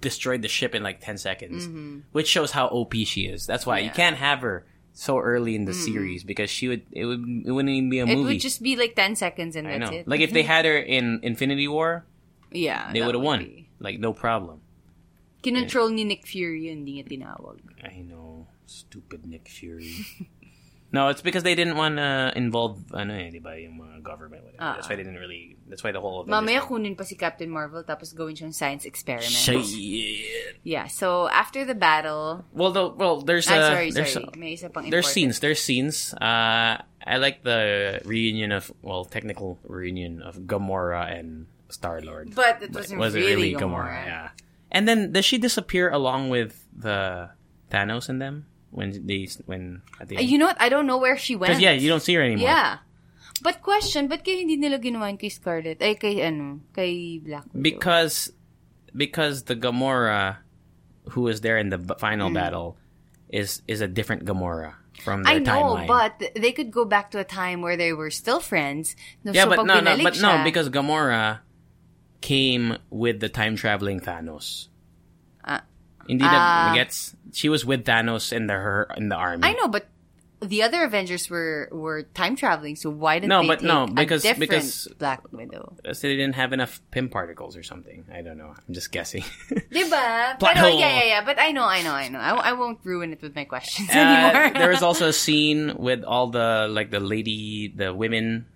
[SPEAKER 2] destroyed the ship in like ten seconds, which shows how OP she is. That's why you
[SPEAKER 1] Mm-hmm. Yeah. Mm.
[SPEAKER 2] can't have her so early in the series because she would it would it wouldn't even be a
[SPEAKER 1] It
[SPEAKER 2] movie.
[SPEAKER 1] would just be like 10 seconds and
[SPEAKER 2] I
[SPEAKER 1] that's
[SPEAKER 2] know.
[SPEAKER 1] it.
[SPEAKER 2] Like if they had her in Infinity War,
[SPEAKER 1] yeah,
[SPEAKER 2] they
[SPEAKER 1] that
[SPEAKER 2] would have
[SPEAKER 1] would
[SPEAKER 2] won.
[SPEAKER 1] be.
[SPEAKER 2] Like no problem.
[SPEAKER 1] Kinontrol ni Nick Fury yun, hindi niya tinawag.
[SPEAKER 2] I know, stupid Nick Fury. no, it's because they didn't want to involve ano eh, di ba, yung mga government whatever. That's why
[SPEAKER 1] Ah.
[SPEAKER 2] they didn't really. That's why the whole. Of
[SPEAKER 1] Mamaya kunin pa si Captain Marvel tapos gawin siyang science experiment.
[SPEAKER 2] Shit.
[SPEAKER 1] Yeah, so after the battle,
[SPEAKER 2] Well, the, well, there's uh,
[SPEAKER 1] I'm Ah, sorry,
[SPEAKER 2] there's
[SPEAKER 1] sorry. May isa pang
[SPEAKER 2] there's
[SPEAKER 1] important.
[SPEAKER 2] scenes. There's scenes. Uh, I like the reunion of well, technical reunion of Gamora and Star Lord.
[SPEAKER 1] But it wasn't
[SPEAKER 2] was it really
[SPEAKER 1] really Gamora.
[SPEAKER 2] Gamora? Yeah. And then does she disappear along with the Thanos and them when they when at the
[SPEAKER 1] Uh,
[SPEAKER 2] end?
[SPEAKER 1] You know what? I don't know where she went.
[SPEAKER 2] 'Cause, yeah, you don't see her anymore.
[SPEAKER 1] Yeah. But question, ba't kaya hindi nila ginawa yun kay Scarlet? Ay, kay ano? Kay Black Widow.
[SPEAKER 2] because because the Gamora who was there in the b-
[SPEAKER 1] Mm.
[SPEAKER 2] final battle is is a different Gamora from their
[SPEAKER 1] I know,
[SPEAKER 2] timeline.
[SPEAKER 1] but they could go back to a time where they were still friends. No,
[SPEAKER 2] yeah,
[SPEAKER 1] so
[SPEAKER 2] but
[SPEAKER 1] pag
[SPEAKER 2] no, no,
[SPEAKER 1] binalik
[SPEAKER 2] but no,
[SPEAKER 1] siya,
[SPEAKER 2] because Gamora came with the time traveling Thanos.
[SPEAKER 1] Ah.
[SPEAKER 2] Indeed,
[SPEAKER 1] Ah.
[SPEAKER 2] gets she was with Thanos in the her in the army.
[SPEAKER 1] I know, but the other Avengers were were time traveling, so why didn't
[SPEAKER 2] No,
[SPEAKER 1] they
[SPEAKER 2] but
[SPEAKER 1] take
[SPEAKER 2] no,
[SPEAKER 1] a
[SPEAKER 2] because-
[SPEAKER 1] different
[SPEAKER 2] because-
[SPEAKER 1] Black Widow?
[SPEAKER 2] So they didn't have enough pim particles or something. I don't know. I'm just guessing.
[SPEAKER 1] Diba?
[SPEAKER 2] Plot
[SPEAKER 1] Pero,
[SPEAKER 2] hole.
[SPEAKER 1] yeah, yeah, yeah. But I know, I know, I know. I, I won't ruin it with my questions
[SPEAKER 2] Uh,
[SPEAKER 1] anymore.
[SPEAKER 2] there was also a scene with all the like the lady, the women,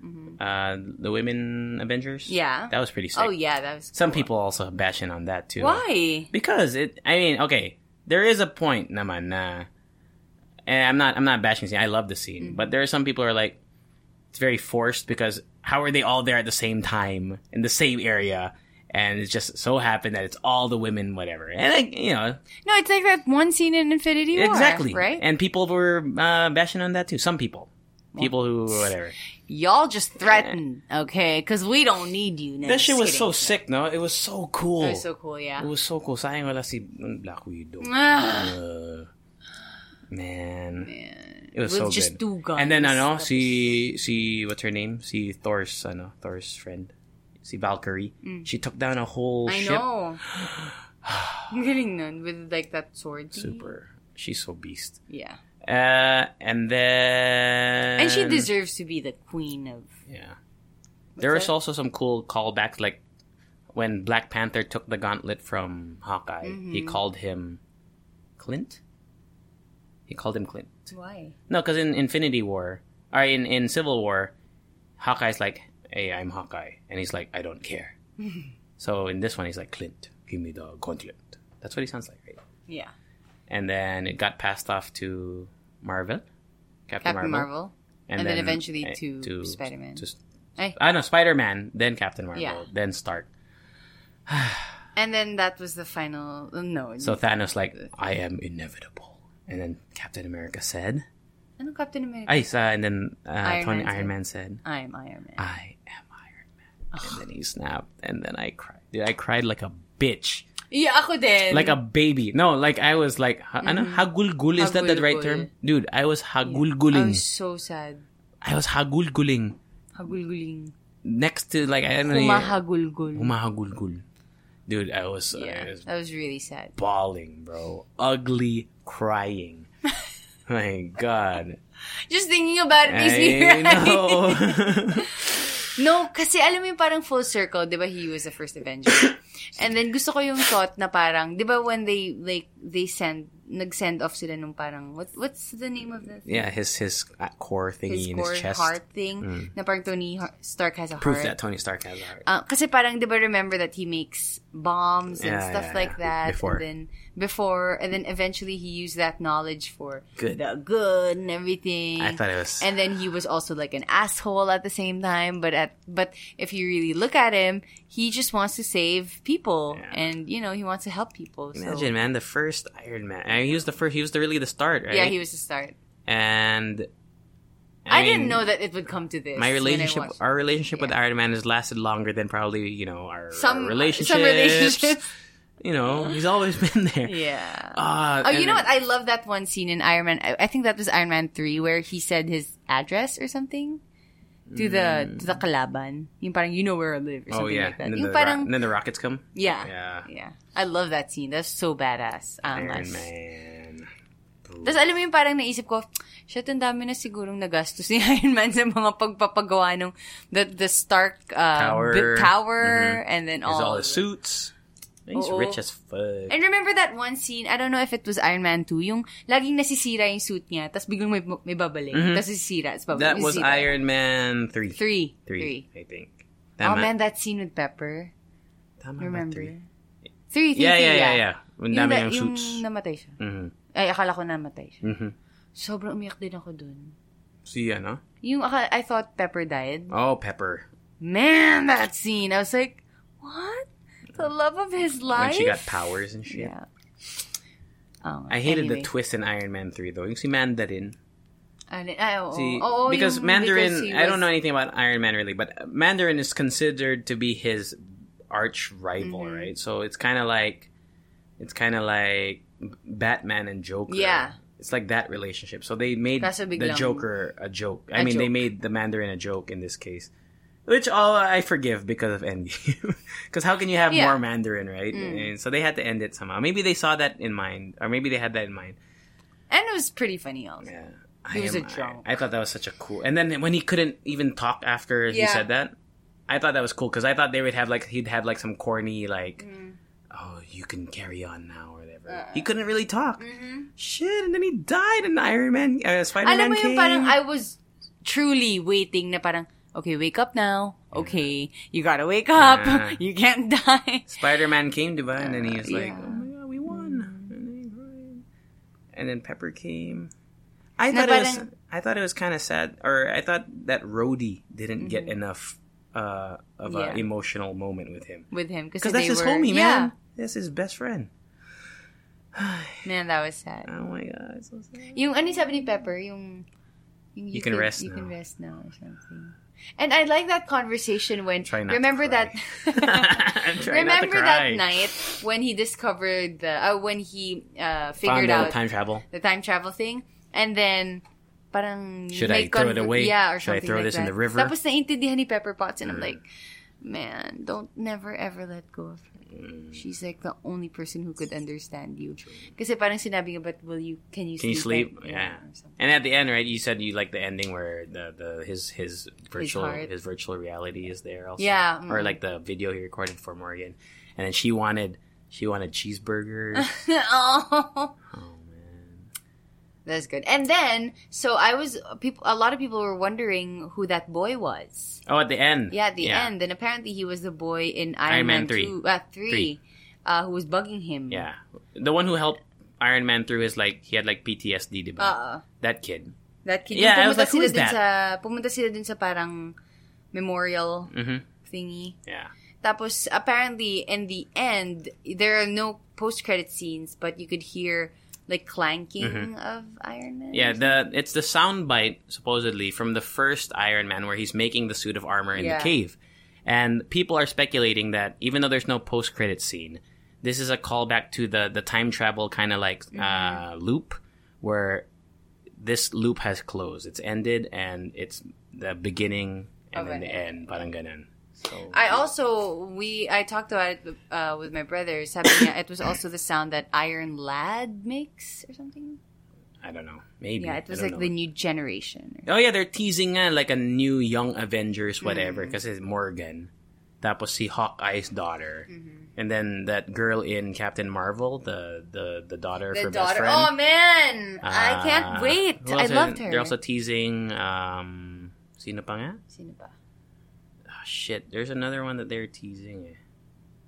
[SPEAKER 2] uh, the women Avengers.
[SPEAKER 1] Mm-hmm. Yeah.
[SPEAKER 2] that was pretty sick.
[SPEAKER 1] oh yeah, that was
[SPEAKER 2] Some
[SPEAKER 1] cool.
[SPEAKER 2] people also bash in on that too.
[SPEAKER 1] Why?
[SPEAKER 2] Because it. I mean, okay, there is a point, naman, na, and I'm not. I'm not bashing the scene. I love the scene,
[SPEAKER 1] Mm-hmm.
[SPEAKER 2] but there are some people who are like, it's very forced because how are they all there at the same time in the same area? And it just so happened that it's all the women, whatever. And I, you know,
[SPEAKER 1] No, it's like that one scene in Infinity War,
[SPEAKER 2] exactly
[SPEAKER 1] right?
[SPEAKER 2] And people were uh, bashing on that too. Some people, people who whatever.
[SPEAKER 1] Y'all just threatened, okay? Because we don't need you. No,
[SPEAKER 2] That shit
[SPEAKER 1] just
[SPEAKER 2] was so
[SPEAKER 1] kidding.
[SPEAKER 2] sick. No, it was so cool.
[SPEAKER 1] That was so cool, yeah.
[SPEAKER 2] It was so cool. Sayang wala si Black Widow.
[SPEAKER 1] Ah.
[SPEAKER 2] Uh, man. It was
[SPEAKER 1] With
[SPEAKER 2] so
[SPEAKER 1] just
[SPEAKER 2] good.
[SPEAKER 1] two guns.
[SPEAKER 2] And then ano,
[SPEAKER 1] That
[SPEAKER 2] si si what's her name? Si Thor's ano, Thor's friend. Si Valkyrie. She took down a whole
[SPEAKER 1] Mm. I
[SPEAKER 2] ship.
[SPEAKER 1] know. I'm getting none with like that sword. thing.
[SPEAKER 2] Super. She's so beast.
[SPEAKER 1] Yeah.
[SPEAKER 2] Uh and then
[SPEAKER 1] And she deserves to be the queen of.
[SPEAKER 2] Yeah. There was also some cool callbacks, like when Black Panther took the gauntlet from Hawkeye, he called him Clint. He called him Clint.
[SPEAKER 1] Why?
[SPEAKER 2] No, because in Infinity War, or in, in Civil War, Hawkeye's like, "Hey, I'm Hawkeye," and he's like, "I don't care." so in this one, he's like, "Clint, give me the gauntlet." That's what he sounds like, right?
[SPEAKER 1] Yeah.
[SPEAKER 2] And then it got passed off to Marvel, Captain,
[SPEAKER 1] Captain Marvel. and then eventually
[SPEAKER 2] eh,
[SPEAKER 1] to Spider-Man.
[SPEAKER 2] to s-
[SPEAKER 1] Eh.
[SPEAKER 2] I know Spider Man, then Captain Marvel,
[SPEAKER 1] Yeah.
[SPEAKER 2] then Stark.
[SPEAKER 1] And then that was the final. No.
[SPEAKER 2] So Thanos like, I am inevitable, and then Captain America said,
[SPEAKER 1] ano Captain America?
[SPEAKER 2] "I saw," and then uh,
[SPEAKER 1] Iron
[SPEAKER 2] Tony
[SPEAKER 1] Man
[SPEAKER 2] Iron
[SPEAKER 1] said.
[SPEAKER 2] Man said,
[SPEAKER 1] I, am Iron Man.
[SPEAKER 2] "I am Iron Man," and then he snapped, and then I cried. Dude, I cried like a bitch,
[SPEAKER 1] yeah, ako din.
[SPEAKER 2] like a baby. No, like I was like, ha- ano, hagulgul is that the right term,
[SPEAKER 1] Mm-hmm.
[SPEAKER 2] dude?
[SPEAKER 1] Hagulgul.
[SPEAKER 2] I was
[SPEAKER 1] I
[SPEAKER 2] hagulguling.
[SPEAKER 1] was so sad.
[SPEAKER 2] I was hagulguling
[SPEAKER 1] Hagulguling.
[SPEAKER 2] next to like I don't know,
[SPEAKER 1] Humahagulgul.
[SPEAKER 2] humahagulgul. Dude, I was, uh, I
[SPEAKER 1] Yeah,
[SPEAKER 2] was
[SPEAKER 1] that was really sad.
[SPEAKER 2] bawling, bro. Ugly crying. My God.
[SPEAKER 1] Just thinking about it makes me
[SPEAKER 2] I
[SPEAKER 1] cry.
[SPEAKER 2] know.
[SPEAKER 1] No, kasi alam mo yung parang full circle, di ba, he was the first Avenger. And then gusto ko yung thought na parang, di ba, when they, like, they send, nag-send off sila nung parang, what, what's the name of the
[SPEAKER 2] yeah, his his uh, core thingy
[SPEAKER 1] His
[SPEAKER 2] in
[SPEAKER 1] core
[SPEAKER 2] his chest. Mm.
[SPEAKER 1] heart thing, na parang Tony Har- Stark has a
[SPEAKER 2] Proof that
[SPEAKER 1] heart.
[SPEAKER 2] Tony Stark has a heart.
[SPEAKER 1] Uh, kasi parang, di ba, remember that he makes bombs and
[SPEAKER 2] Yeah, yeah,
[SPEAKER 1] stuff like
[SPEAKER 2] yeah.
[SPEAKER 1] that.
[SPEAKER 2] Before.
[SPEAKER 1] And then, before, and then eventually he used that knowledge for
[SPEAKER 2] Good.
[SPEAKER 1] the good and everything.
[SPEAKER 2] I thought it was.
[SPEAKER 1] and then he was also like an asshole at the same time but at but if you really look at him he just wants to save people
[SPEAKER 2] Yeah.
[SPEAKER 1] and you know he wants to help people so
[SPEAKER 2] Imagine, man, the first Iron Man. I mean, he was the first. He was the, really the start, right?
[SPEAKER 1] yeah he was the start
[SPEAKER 2] And
[SPEAKER 1] i,
[SPEAKER 2] mean,
[SPEAKER 1] didn't know that it would come to this
[SPEAKER 2] My
[SPEAKER 1] when I
[SPEAKER 2] relationship,
[SPEAKER 1] watched-
[SPEAKER 2] our relationship with Iron Man, has lasted longer than probably you know our our
[SPEAKER 1] some
[SPEAKER 2] relationships.
[SPEAKER 1] some relationships
[SPEAKER 2] You know, he's always been there.
[SPEAKER 1] yeah
[SPEAKER 2] Uh,
[SPEAKER 1] Oh, you know what? I love that one scene in Iron Man. I, I think that was Iron Man three, where he said his address or something to the to the kalaban. Yung parang you know where I live or
[SPEAKER 2] Mm. oh
[SPEAKER 1] something
[SPEAKER 2] yeah,
[SPEAKER 1] like that.
[SPEAKER 2] and, then the,
[SPEAKER 1] Yung
[SPEAKER 2] ro-
[SPEAKER 1] parang
[SPEAKER 2] and then the rockets come.
[SPEAKER 1] yeah,
[SPEAKER 2] Yeah.
[SPEAKER 1] yeah. I love that scene. That's so badass. Um,
[SPEAKER 2] Iron
[SPEAKER 1] as-
[SPEAKER 2] Man.
[SPEAKER 1] Tapos alam mo yung parang naisip ko, shit, ang dami na sigurong nagastos ni Iron Man sa mga pagpapagawa ng the, the Stark uh,
[SPEAKER 2] Tower.
[SPEAKER 1] big tower and
[SPEAKER 2] He's
[SPEAKER 1] then
[SPEAKER 2] all
[SPEAKER 1] all.
[SPEAKER 2] his suits. He's
[SPEAKER 1] Oo.
[SPEAKER 2] rich as fuck.
[SPEAKER 1] And remember that one scene, I don't know if it was Iron Man 2, yung laging nasisira yung suit niya, tapos biglang may, may babalik, tapos sisira, tapos
[SPEAKER 2] Mm-hmm. That
[SPEAKER 1] babalik.
[SPEAKER 2] was
[SPEAKER 1] sisira.
[SPEAKER 2] Iron Man 3.
[SPEAKER 1] Three.
[SPEAKER 2] Three,
[SPEAKER 1] Three.
[SPEAKER 2] I think.
[SPEAKER 1] Oh
[SPEAKER 2] Tama-
[SPEAKER 1] man, that scene with Pepper.
[SPEAKER 2] tama ba
[SPEAKER 1] Remember?
[SPEAKER 2] three?
[SPEAKER 1] Three, three,
[SPEAKER 2] Yeah,
[SPEAKER 1] three,
[SPEAKER 2] yeah, yeah, yeah. Ang
[SPEAKER 1] Yung,
[SPEAKER 2] dami
[SPEAKER 1] na-
[SPEAKER 2] ng
[SPEAKER 1] yung
[SPEAKER 2] suits.
[SPEAKER 1] namatay siya.
[SPEAKER 2] Mhm.
[SPEAKER 1] Ay, akala ko namatay siya.
[SPEAKER 2] Mhm.
[SPEAKER 1] Sobrang umiyak din ako dun.
[SPEAKER 2] Si ano?
[SPEAKER 1] Yung, aka- I thought Pepper died.
[SPEAKER 2] Oh, Pepper.
[SPEAKER 1] man, that scene. I was like, what? The love of his
[SPEAKER 2] When
[SPEAKER 1] life.
[SPEAKER 2] she got powers and shit.
[SPEAKER 1] Yeah. Oh,
[SPEAKER 2] I hated
[SPEAKER 1] anyway.
[SPEAKER 2] the twist in Iron Man 3 though. Yung si Mandarin.
[SPEAKER 1] Alin- Ay, ah, oo.
[SPEAKER 2] Si,
[SPEAKER 1] Oo,
[SPEAKER 2] because
[SPEAKER 1] yung-
[SPEAKER 2] Mandarin,
[SPEAKER 1] oh, because he
[SPEAKER 2] I don't know
[SPEAKER 1] was-
[SPEAKER 2] anything about Iron Man really, but Mandarin is considered to be his arch rival,
[SPEAKER 1] Mm-hmm.
[SPEAKER 2] right? So it's kind of like, it's kind of like Batman and Joker.
[SPEAKER 1] Yeah.
[SPEAKER 2] It's like that relationship. So they made
[SPEAKER 1] Kaso
[SPEAKER 2] the
[SPEAKER 1] biglang-
[SPEAKER 2] Joker a joke. I
[SPEAKER 1] A
[SPEAKER 2] mean, they
[SPEAKER 1] joke.
[SPEAKER 2] made the Mandarin a joke in this case, which all I forgive because of Endgame. Because how can you have
[SPEAKER 1] Yeah. Mm.
[SPEAKER 2] more Mandarin, right? And so they had to end it somehow. Maybe they saw that in mind, or maybe they had that in mind.
[SPEAKER 1] And it was pretty funny also.
[SPEAKER 2] Yeah. I
[SPEAKER 1] He was
[SPEAKER 2] am-
[SPEAKER 1] a drunk.
[SPEAKER 2] I, I thought that was such a cool. And then when he couldn't even talk after he
[SPEAKER 1] Yeah.
[SPEAKER 2] said that, I thought that was cool because I thought they would have like he'd have like some corny like,
[SPEAKER 1] Mm-hmm.
[SPEAKER 2] oh you can carry on now or whatever.
[SPEAKER 1] Uh-uh.
[SPEAKER 2] he couldn't really talk. Shit, and then he died, and Iron Man, uh, Spider Man
[SPEAKER 1] Alam mo yung
[SPEAKER 2] came.
[SPEAKER 1] parang Mm-hmm. I was truly waiting na parang, okay, wake up now. Okay, you gotta wake up.
[SPEAKER 2] Yeah.
[SPEAKER 1] You can't die.
[SPEAKER 2] Spider Man came to buy, and then he was like,
[SPEAKER 1] Uh, yeah.
[SPEAKER 2] oh my god, we won. And then, he cried. And then Pepper came. I
[SPEAKER 1] Na
[SPEAKER 2] thought it was.
[SPEAKER 1] parang-
[SPEAKER 2] I thought it was kind of sad, or I thought that Rhodey didn't get enough uh, of an
[SPEAKER 1] Mm-hmm. Yeah.
[SPEAKER 2] emotional moment with him.
[SPEAKER 1] With him. Because
[SPEAKER 2] Because that's his
[SPEAKER 1] were,
[SPEAKER 2] homie,
[SPEAKER 1] yeah.
[SPEAKER 2] man. That's his best friend.
[SPEAKER 1] Man, that was sad.
[SPEAKER 2] Oh my god, it's so sad.
[SPEAKER 1] Yung ano yung sabi ni Pepper, yung... yung
[SPEAKER 2] You can rest
[SPEAKER 1] you
[SPEAKER 2] now.
[SPEAKER 1] can rest now or something. And I like that conversation when...
[SPEAKER 2] Try not to
[SPEAKER 1] remember
[SPEAKER 2] cry.
[SPEAKER 1] that...
[SPEAKER 2] I'm trying not to
[SPEAKER 1] remember
[SPEAKER 2] cry.
[SPEAKER 1] that night when he discovered the... Uh, when he uh, figured
[SPEAKER 2] Found out
[SPEAKER 1] out
[SPEAKER 2] time travel.
[SPEAKER 1] the time travel thing. And then... Parang
[SPEAKER 2] Should
[SPEAKER 1] may
[SPEAKER 2] I throw it
[SPEAKER 1] conver-
[SPEAKER 2] away?
[SPEAKER 1] Yeah, or
[SPEAKER 2] Should I
[SPEAKER 1] something
[SPEAKER 2] throw
[SPEAKER 1] like
[SPEAKER 2] this in
[SPEAKER 1] that.
[SPEAKER 2] the river? Mm.
[SPEAKER 1] Tapos naiintindihan ni Pepper Potts and I'm like, man, don't never ever let go of her.
[SPEAKER 2] Mm.
[SPEAKER 1] She's like the only person who could understand you. Kasi parang sinabi nga, but will you, can you
[SPEAKER 2] Can you
[SPEAKER 1] sleep?
[SPEAKER 2] sleep?
[SPEAKER 1] at-
[SPEAKER 2] Yeah.
[SPEAKER 1] or something.
[SPEAKER 2] And at the end, right? You said you like the ending where the, the his his virtual his,
[SPEAKER 1] heart.
[SPEAKER 2] virtual reality is there also.
[SPEAKER 1] Yeah, mm.
[SPEAKER 2] Or like the video he recorded for Morgan, and then she wanted she wanted cheeseburgers.
[SPEAKER 1] oh.
[SPEAKER 2] oh man.
[SPEAKER 1] That's good. And then, so I was people. A lot of people were wondering who that boy was.
[SPEAKER 2] Oh, at the end.
[SPEAKER 1] Yeah, at the end. And apparently, he was the boy in Iron,
[SPEAKER 2] Iron Man
[SPEAKER 1] Man,
[SPEAKER 2] 3.
[SPEAKER 1] two, uh, three,
[SPEAKER 2] Three.
[SPEAKER 1] Uh, who was bugging him.
[SPEAKER 2] Yeah, the one who helped Iron Man through his like he had like PTSD, diba?
[SPEAKER 1] Uh,
[SPEAKER 2] That kid.
[SPEAKER 1] that kid.
[SPEAKER 2] Yeah, I
[SPEAKER 1] Pumunta
[SPEAKER 2] was like, who
[SPEAKER 1] sila
[SPEAKER 2] is
[SPEAKER 1] dun
[SPEAKER 2] that?
[SPEAKER 1] Sa, pumunta sila dun sa parang memorial
[SPEAKER 2] Mm-hmm.
[SPEAKER 1] thingy.
[SPEAKER 2] Yeah.
[SPEAKER 1] Tapos, apparently, in the end, there are no post-credit scenes, but you could hear, like, clanking of Iron Man.
[SPEAKER 2] Mm-hmm. Yeah, the it's the soundbite supposedly from the first Iron Man where he's making the suit of armor in
[SPEAKER 1] Yeah.
[SPEAKER 2] the cave, and people are speculating that even though there's no post credit scene, this is a callback to the the time travel kind of like
[SPEAKER 1] Mm-hmm.
[SPEAKER 2] uh, loop where this loop has closed. It's ended and it's the beginning and
[SPEAKER 1] Of
[SPEAKER 2] then
[SPEAKER 1] an
[SPEAKER 2] the end. Parang ganun. So
[SPEAKER 1] I also we I talked about it uh, with my brother. Sabi niya, it was also the sound that Iron Lad makes or something.
[SPEAKER 2] I don't know. Maybe
[SPEAKER 1] Yeah, it was
[SPEAKER 2] I
[SPEAKER 1] like
[SPEAKER 2] don't
[SPEAKER 1] the
[SPEAKER 2] know.
[SPEAKER 1] new generation.
[SPEAKER 2] Oh yeah, they're teasing uh, like a new young Avengers, whatever,
[SPEAKER 1] Mm-hmm.
[SPEAKER 2] because it's Morgan. Tapos si Hawkeye's daughter,
[SPEAKER 1] Mm-hmm.
[SPEAKER 2] and then that girl in Captain Marvel, the the the daughter of her best friend.
[SPEAKER 1] Oh man, I
[SPEAKER 2] Uh,
[SPEAKER 1] can't wait.
[SPEAKER 2] who
[SPEAKER 1] I
[SPEAKER 2] else is-
[SPEAKER 1] loved her.
[SPEAKER 2] They're also teasing. Um, sino pa nga?
[SPEAKER 1] Sino ba?
[SPEAKER 2] Oh, shit, there's another one that they're teasing. eh.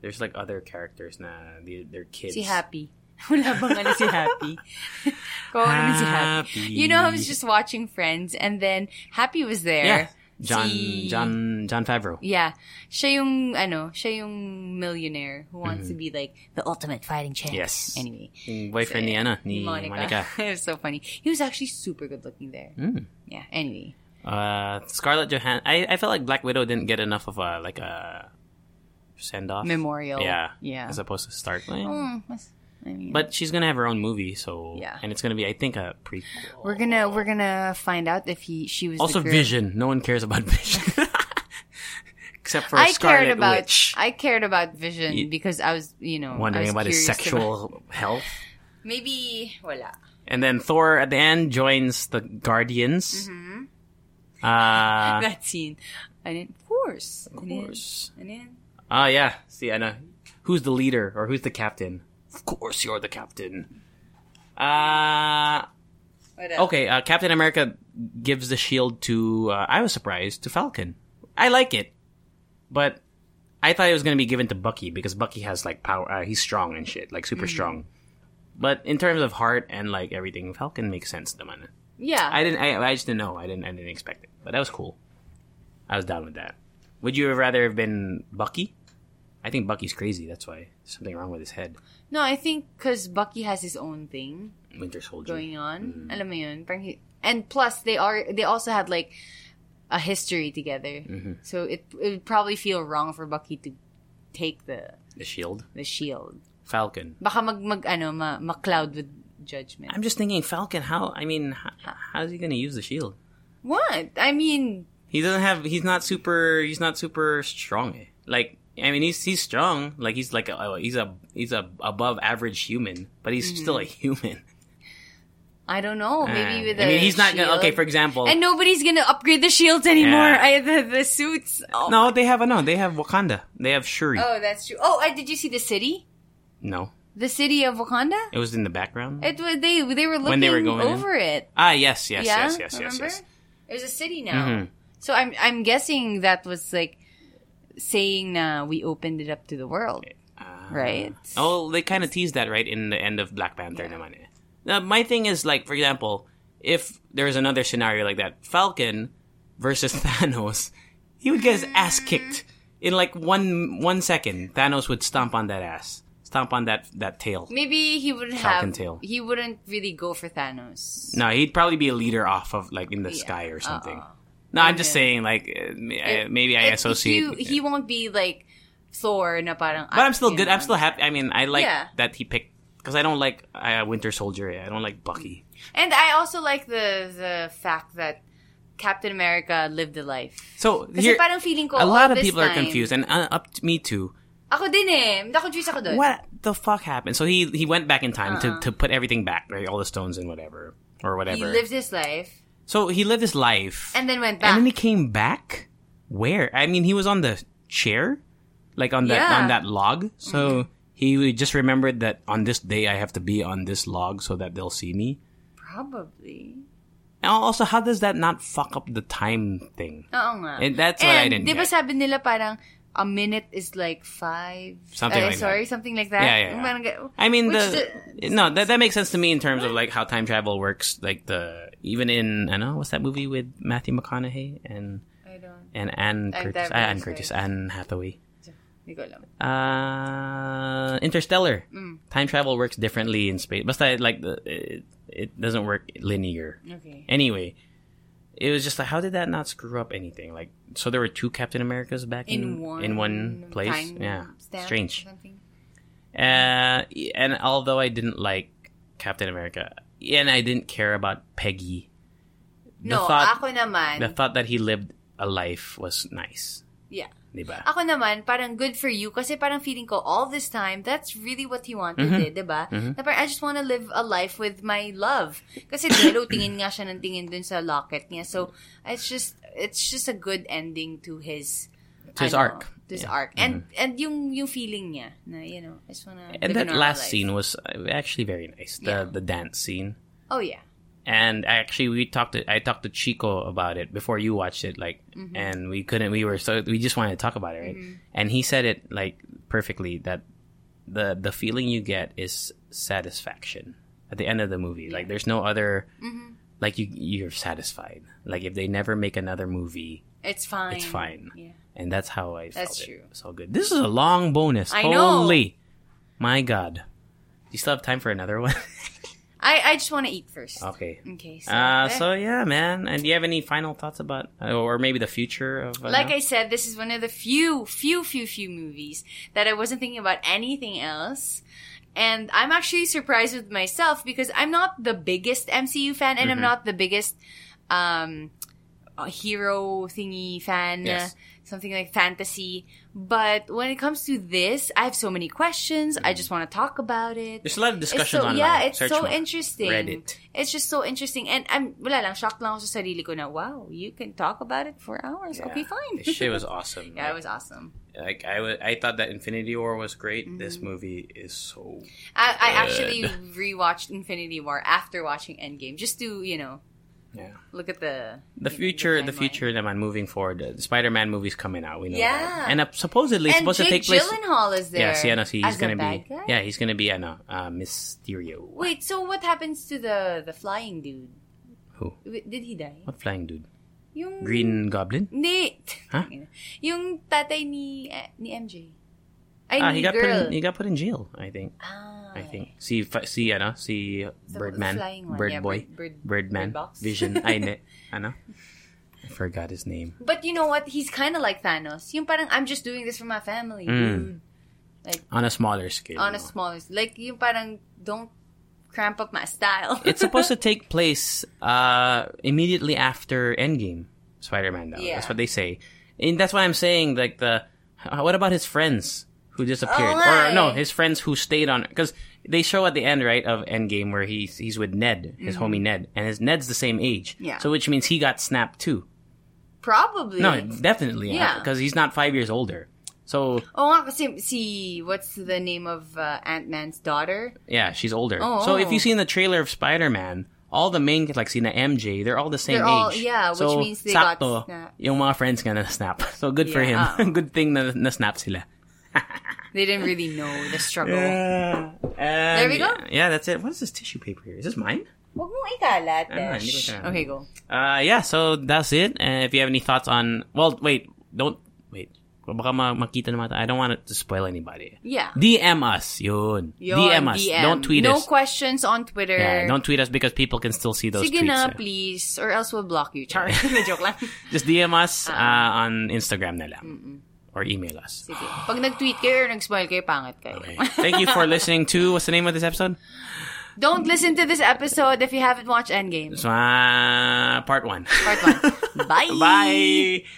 [SPEAKER 2] There's like other characters na they, they're kids.
[SPEAKER 1] Si Happy. Wala bang ano si Happy? Kung ano si Happy.
[SPEAKER 2] Happy.
[SPEAKER 1] You know, I was just watching Friends, and then Happy was
[SPEAKER 2] yeah.
[SPEAKER 1] there.
[SPEAKER 2] John
[SPEAKER 1] Si-
[SPEAKER 2] John John Favreau.
[SPEAKER 1] Yeah. Siya yung, ano, siya yung millionaire who wants to be like the ultimate fighting champ.
[SPEAKER 2] Mm-hmm. Yes.
[SPEAKER 1] Anyway.
[SPEAKER 2] Yung Boyfriend ni ano ni Monica. Mm.
[SPEAKER 1] it was so funny. He was actually super good looking there. Yeah. Anyway.
[SPEAKER 2] Uh, Scarlett Johansson. I, I felt like Black Widow didn't get enough of a like a send off
[SPEAKER 1] Memorial.
[SPEAKER 2] Yeah,
[SPEAKER 1] Yeah.
[SPEAKER 2] As opposed to Stark, Like,
[SPEAKER 1] Mm, mas- I mean,
[SPEAKER 2] but she's gonna have her own movie, so
[SPEAKER 1] Yeah.
[SPEAKER 2] and it's gonna be I think a prequel.
[SPEAKER 1] we're gonna we're gonna find out if he she was the
[SPEAKER 2] Also,
[SPEAKER 1] girl-
[SPEAKER 2] Vision. No one cares about Vision except for
[SPEAKER 1] I
[SPEAKER 2] Scarlet
[SPEAKER 1] cared about
[SPEAKER 2] Witch.
[SPEAKER 1] I cared about Vision because I was you know
[SPEAKER 2] Wondering
[SPEAKER 1] I was
[SPEAKER 2] about his
[SPEAKER 1] curious
[SPEAKER 2] sexual health,
[SPEAKER 1] maybe wala
[SPEAKER 2] and then Thor at the end joins the Guardians.
[SPEAKER 1] Mm-hmm.
[SPEAKER 2] Uh,
[SPEAKER 1] that scene and then of course of
[SPEAKER 2] course.
[SPEAKER 1] and then
[SPEAKER 2] Ah, yeah. See, I know. Who's the leader or who's the captain? Of course, you're the captain. Uh,
[SPEAKER 1] what else?
[SPEAKER 2] okay. Uh, captain America gives the shield to. Uh, I was surprised to Falcon. I like it, but I thought it was going to be given to Bucky because Bucky has like power. Uh, he's strong and shit, like super strong. But in terms of heart and like everything, Falcon makes sense. The man.
[SPEAKER 1] yeah
[SPEAKER 2] I didn't. I, I just didn't know. I didn't. I didn't expect it. But that was cool. I was down with that. Would you have rather have been Bucky? I think Bucky's crazy. That's why There's something wrong with his head.
[SPEAKER 1] no I think because Bucky has his own thing
[SPEAKER 2] Winter Soldier.
[SPEAKER 1] going
[SPEAKER 2] Mm-hmm.
[SPEAKER 1] on alam mo yun parang he- and plus they are they also had like a history together
[SPEAKER 2] Mm-hmm.
[SPEAKER 1] so it it would probably feel wrong for Bucky to take the
[SPEAKER 2] the Shield.
[SPEAKER 1] the shield
[SPEAKER 2] Falcon.
[SPEAKER 1] baka mag mag ano ma, ma cloud with judgment
[SPEAKER 2] I'm just thinking Falcon. How? I mean, how, how's he gonna use the shield?
[SPEAKER 1] what I mean
[SPEAKER 2] He doesn't have. He's not super. He's not super strong. eh. Like. I mean, he's he's strong. Like he's like a, he's a he's a above average human, but he's still a human.
[SPEAKER 1] I don't know. Mm-hmm. Maybe with
[SPEAKER 2] I mean,
[SPEAKER 1] a
[SPEAKER 2] he's not gonna.
[SPEAKER 1] shield.
[SPEAKER 2] Okay, for example,
[SPEAKER 1] and nobody's gonna upgrade the shields anymore.
[SPEAKER 2] Yeah.
[SPEAKER 1] I, the, the suits. Oh.
[SPEAKER 2] no, they have no, they have Wakanda, they have Shuri.
[SPEAKER 1] Oh, that's true. Oh, I, did you see the city?
[SPEAKER 2] No,
[SPEAKER 1] The city of Wakanda.
[SPEAKER 2] it was in the background.
[SPEAKER 1] It was they. They were
[SPEAKER 2] When
[SPEAKER 1] looking
[SPEAKER 2] they were going in?
[SPEAKER 1] over it.
[SPEAKER 2] ah, yes, yes,
[SPEAKER 1] yeah,
[SPEAKER 2] yes, yes, yes,
[SPEAKER 1] remember?
[SPEAKER 2] yes. Mm-hmm.
[SPEAKER 1] There's a city now. So I'm I'm guessing that was like saying uh, we opened it up to the world, right?
[SPEAKER 2] Uh, Oh, they kind of teased that right in the end of Black Panther. naman eh. Now, my thing is like, for example, if there's another scenario like that, Falcon versus Thanos, he would get his ass
[SPEAKER 1] Hmm.
[SPEAKER 2] kicked in like one one second. Thanos would stomp on that ass, stomp on that that tail.
[SPEAKER 1] Maybe he wouldn't
[SPEAKER 2] Falcon
[SPEAKER 1] have.
[SPEAKER 2] tail.
[SPEAKER 1] He wouldn't really go for Thanos.
[SPEAKER 2] No, he'd probably be a leader off of like in the sky or something. No, I'm just saying like eh, may- I- maybe I
[SPEAKER 1] It-
[SPEAKER 2] associate.
[SPEAKER 1] He, he won't be like Thor. Na parang,
[SPEAKER 2] but I'm still
[SPEAKER 1] you
[SPEAKER 2] good.
[SPEAKER 1] know.
[SPEAKER 2] I'm still happy. I mean, I like
[SPEAKER 1] Yeah.
[SPEAKER 2] that he picked because I don't like uh, Winter Soldier. eh. I don't like Bucky.
[SPEAKER 1] And I also like the the fact that Captain America lived a life.
[SPEAKER 2] So
[SPEAKER 1] Kasi
[SPEAKER 2] here,
[SPEAKER 1] parang feeling
[SPEAKER 2] a
[SPEAKER 1] ko all
[SPEAKER 2] lot of
[SPEAKER 1] this
[SPEAKER 2] people are
[SPEAKER 1] time-
[SPEAKER 2] confused, and uh, up to me too.
[SPEAKER 1] Ako din eh. Na-confuse ako dun.
[SPEAKER 2] What the fuck happened? So he he went back in time to, to put everything back, right? All the stones and whatever or whatever.
[SPEAKER 1] Uh-uh. He lived his life
[SPEAKER 2] so he lived his life,
[SPEAKER 1] and then went back.
[SPEAKER 2] and then he came back. Where? I mean, he was on the chair, like on that
[SPEAKER 1] Yeah. Mm-hmm.
[SPEAKER 2] on that log. So he just remembered that on this day I have to be on this log so that they'll see me.
[SPEAKER 1] Probably.
[SPEAKER 2] And also, how does that not fuck up the time thing?
[SPEAKER 1] Oo nga.
[SPEAKER 2] And that's what I didn't
[SPEAKER 1] di ba
[SPEAKER 2] get.
[SPEAKER 1] sabi nila parang a minute is like five?
[SPEAKER 2] Something
[SPEAKER 1] uh,
[SPEAKER 2] like that.
[SPEAKER 1] sorry, something like that.
[SPEAKER 2] Yeah, yeah, yeah.
[SPEAKER 1] Parang ga-
[SPEAKER 2] I mean,
[SPEAKER 1] which
[SPEAKER 2] the, no, that that makes sense to me in terms of like how time travel works. Like the even in I don't know what's that movie with Matthew McConaughey and
[SPEAKER 1] I don't,
[SPEAKER 2] and Anne
[SPEAKER 1] I-
[SPEAKER 2] Curtis,
[SPEAKER 1] that
[SPEAKER 2] ah, Anne
[SPEAKER 1] was
[SPEAKER 2] Curtis,
[SPEAKER 1] right.
[SPEAKER 2] Anne Hathaway.
[SPEAKER 1] hindi ko alam.
[SPEAKER 2] Uh, Interstellar. Time travel works differently in space. But like the it, it doesn't work linear.
[SPEAKER 1] Okay.
[SPEAKER 2] Anyway, it was just like how did that not screw up anything? Like so there were two Captain Americas back in
[SPEAKER 1] In one,
[SPEAKER 2] in one place.
[SPEAKER 1] time
[SPEAKER 2] yeah,
[SPEAKER 1] stamp
[SPEAKER 2] strange.
[SPEAKER 1] or something?
[SPEAKER 2] Uh, and although I didn't like Captain America, and I didn't care about Peggy, the
[SPEAKER 1] No,
[SPEAKER 2] thought
[SPEAKER 1] ako naman.
[SPEAKER 2] the thought that he lived a life was nice,
[SPEAKER 1] yeah.
[SPEAKER 2] diba?
[SPEAKER 1] Ako naman, parang good for you kasi parang feeling ko all this time, that's really what he wanted
[SPEAKER 2] Mm-hmm.
[SPEAKER 1] eh, di ba? Na parang, I just wanna live a life with my love. Kasi Jello, tingin nga siya ng tingin dun sa locket niya. So, it's just, it's just a good ending to his,
[SPEAKER 2] To his
[SPEAKER 1] ano,
[SPEAKER 2] arc.
[SPEAKER 1] To his
[SPEAKER 2] Yeah. Mm-hmm.
[SPEAKER 1] arc. And, and yung, yung feeling niya na, you know, I just wanna
[SPEAKER 2] And
[SPEAKER 1] live a
[SPEAKER 2] that
[SPEAKER 1] normal
[SPEAKER 2] last
[SPEAKER 1] life.
[SPEAKER 2] scene was uh, actually very nice. The
[SPEAKER 1] Yeah.
[SPEAKER 2] the dance scene.
[SPEAKER 1] Oh, yeah.
[SPEAKER 2] And actually, we talked. To, I talked to Chico about it before you watched it, like,
[SPEAKER 1] Mm-hmm.
[SPEAKER 2] and we couldn't. We were so we just wanted to talk about it, right? And he said it like perfectly that the the feeling you get is satisfaction at the end of the movie. Like, there's no other.
[SPEAKER 1] Mm-hmm.
[SPEAKER 2] Like you, you're satisfied. Like if they never make another movie,
[SPEAKER 1] It's fine.
[SPEAKER 2] it's fine.
[SPEAKER 1] Yeah.
[SPEAKER 2] And that's how I felt.
[SPEAKER 1] That's
[SPEAKER 2] it.
[SPEAKER 1] true.
[SPEAKER 2] It's all good. This is a long bonus.
[SPEAKER 1] I know.
[SPEAKER 2] Holy, my God! You still have time for another one?
[SPEAKER 1] I, I just wanna eat first.
[SPEAKER 2] okay.
[SPEAKER 1] Okay. So,
[SPEAKER 2] Oh. Uh,
[SPEAKER 1] eh.
[SPEAKER 2] so yeah, man. And do you have any final thoughts about, uh, or maybe the future of? Uh,
[SPEAKER 1] Like I said, this is one of the few, few, few, few movies that I wasn't thinking about anything else. And I'm actually surprised with myself because I'm not the biggest MCU fan
[SPEAKER 2] Mm-hmm.
[SPEAKER 1] and I'm not the biggest um, uh, hero thingy fan,
[SPEAKER 2] Yes.
[SPEAKER 1] uh, something like fantasy. But when it comes to this, I have so many questions.
[SPEAKER 2] Mm-hmm.
[SPEAKER 1] I just want to talk about it.
[SPEAKER 2] there's a lot of
[SPEAKER 1] It's
[SPEAKER 2] discussions
[SPEAKER 1] so,
[SPEAKER 2] online.
[SPEAKER 1] yeah, it's
[SPEAKER 2] Search
[SPEAKER 1] so
[SPEAKER 2] more.
[SPEAKER 1] interesting.
[SPEAKER 2] Reddit.
[SPEAKER 1] It's just so interesting. And I'm, wala lang, shocked lang ako sa sarili ko na, wow, you can talk about it for hours. Okay,
[SPEAKER 2] Yeah.
[SPEAKER 1] fine.
[SPEAKER 2] This shit was awesome.
[SPEAKER 1] yeah, it
[SPEAKER 2] like,
[SPEAKER 1] was awesome.
[SPEAKER 2] Like I, wa- I thought that Infinity War was great. This
[SPEAKER 1] Mm-hmm.
[SPEAKER 2] movie is so.
[SPEAKER 1] I, I actually rewatched Infinity War after watching Endgame just to, you know,
[SPEAKER 2] Yeah.
[SPEAKER 1] look at the
[SPEAKER 2] The future, the,
[SPEAKER 1] timeline.
[SPEAKER 2] future, the man moving forward. The Spider-Man movie's coming out. We know.
[SPEAKER 1] Yeah.
[SPEAKER 2] that. And uh, supposedly it's
[SPEAKER 1] And
[SPEAKER 2] supposed
[SPEAKER 1] Jake
[SPEAKER 2] to take place.
[SPEAKER 1] Gyllenhaal is there.
[SPEAKER 2] yeah, see, I know, see, he's
[SPEAKER 1] as
[SPEAKER 2] gonna
[SPEAKER 1] the bad
[SPEAKER 2] be.
[SPEAKER 1] guy?
[SPEAKER 2] Yeah, he's gonna be. I know, uh, Mysterio.
[SPEAKER 1] Wait, so what happens to the the flying dude?
[SPEAKER 2] Who?
[SPEAKER 1] Wait, Did he die?
[SPEAKER 2] What flying dude?
[SPEAKER 1] Yung
[SPEAKER 2] Green Goblin.
[SPEAKER 1] Hindi.
[SPEAKER 2] Huh?
[SPEAKER 1] Yung tatay ni eh, ni MJ. Ay,
[SPEAKER 2] Ah,
[SPEAKER 1] ni
[SPEAKER 2] he got put.
[SPEAKER 1] girl.
[SPEAKER 2] In, he got put in jail. I think.
[SPEAKER 1] ah,
[SPEAKER 2] I think. See, fi- see, ano, see
[SPEAKER 1] The-
[SPEAKER 2] Birdman,
[SPEAKER 1] the flying one,
[SPEAKER 2] Bird
[SPEAKER 1] yeah,
[SPEAKER 2] Boy,
[SPEAKER 1] bird- bird-
[SPEAKER 2] Birdman,
[SPEAKER 1] bird box.
[SPEAKER 2] Vision, I ne, ano, I forgot his name.
[SPEAKER 1] But you know what? He's kind of like Thanos. Yung parang, I'm just doing this for my family,
[SPEAKER 2] Mm.
[SPEAKER 1] dude.
[SPEAKER 2] On a smaller scale.
[SPEAKER 1] On a
[SPEAKER 2] no?
[SPEAKER 1] smaller... Like, yung parang, don't cramp up my style.
[SPEAKER 2] it's supposed to take place uh, immediately after Endgame, Spider-Man. Though.
[SPEAKER 1] Yeah.
[SPEAKER 2] That's what they say, and that's why I'm saying like the. h- What about his friends who disappeared,
[SPEAKER 1] Oh,
[SPEAKER 2] or no,
[SPEAKER 1] right.
[SPEAKER 2] his friends who stayed on? Because they show at the end, right, of Endgame where he's he's with Ned, his homie Ned, and his Ned's the same age.
[SPEAKER 1] Mm-hmm. Yeah.
[SPEAKER 2] So which means he got snapped too.
[SPEAKER 1] Probably.
[SPEAKER 2] No, definitely.
[SPEAKER 1] Yeah.
[SPEAKER 2] Because he's not five years older. So
[SPEAKER 1] Oh, nga kasi si, what's the name of uh, Ant-Man's daughter?
[SPEAKER 2] yeah, she's older.
[SPEAKER 1] Oh.
[SPEAKER 2] So if you see in the trailer of Spider Man, all the main like see na MJ, they're all the same
[SPEAKER 1] They're all-
[SPEAKER 2] age.
[SPEAKER 1] yeah, which
[SPEAKER 2] so,
[SPEAKER 1] means they got
[SPEAKER 2] sakto,
[SPEAKER 1] snapped.
[SPEAKER 2] Yung mga friends gonna snap. So good for him.
[SPEAKER 1] Yeah.
[SPEAKER 2] good thing na, na snap sila.
[SPEAKER 1] They didn't really know the struggle.
[SPEAKER 2] And
[SPEAKER 1] There we go.
[SPEAKER 2] Yeah, that's it. What is this tissue paper here? Is this mine?
[SPEAKER 1] Huwag mong ikalat,
[SPEAKER 2] Ano, Ah,
[SPEAKER 1] Dash.
[SPEAKER 2] hindi ko siya-
[SPEAKER 1] Okay, go.
[SPEAKER 2] Uh, yeah, so that's it. Uh, if you have any thoughts on, well, wait, don't wait. Baka ma- makita naman tayo. I don't want it to spoil anybody.
[SPEAKER 1] Yeah.
[SPEAKER 2] DM us, yun.
[SPEAKER 1] Yun,
[SPEAKER 2] DM us. Don't tweet
[SPEAKER 1] no
[SPEAKER 2] us.
[SPEAKER 1] questions on Twitter.
[SPEAKER 2] yeah, don't tweet us because people can still see those
[SPEAKER 1] Sige
[SPEAKER 2] tweets. eh.
[SPEAKER 1] na, please. Or else we'll block you. Char. Na-joke lang.
[SPEAKER 2] Just DM us uh, on Instagram na lang. Or email us.
[SPEAKER 1] Ah. Sige. Pag nag-tweet kayo or nag-smile kayo, pangat kayo.
[SPEAKER 2] Okay. Thank you for listening to, what's the name of this episode?
[SPEAKER 1] Don't listen to this episode if you haven't watched Endgame.
[SPEAKER 2] It's, uh, part one.
[SPEAKER 1] Part 1. Bye!
[SPEAKER 2] Bye!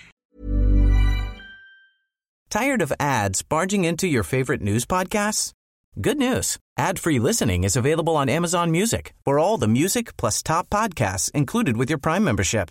[SPEAKER 3] Tired of ads barging into your favorite news podcasts? Good news. Ad-free listening is available on Amazon Music for all the music plus top podcasts included with your Prime membership.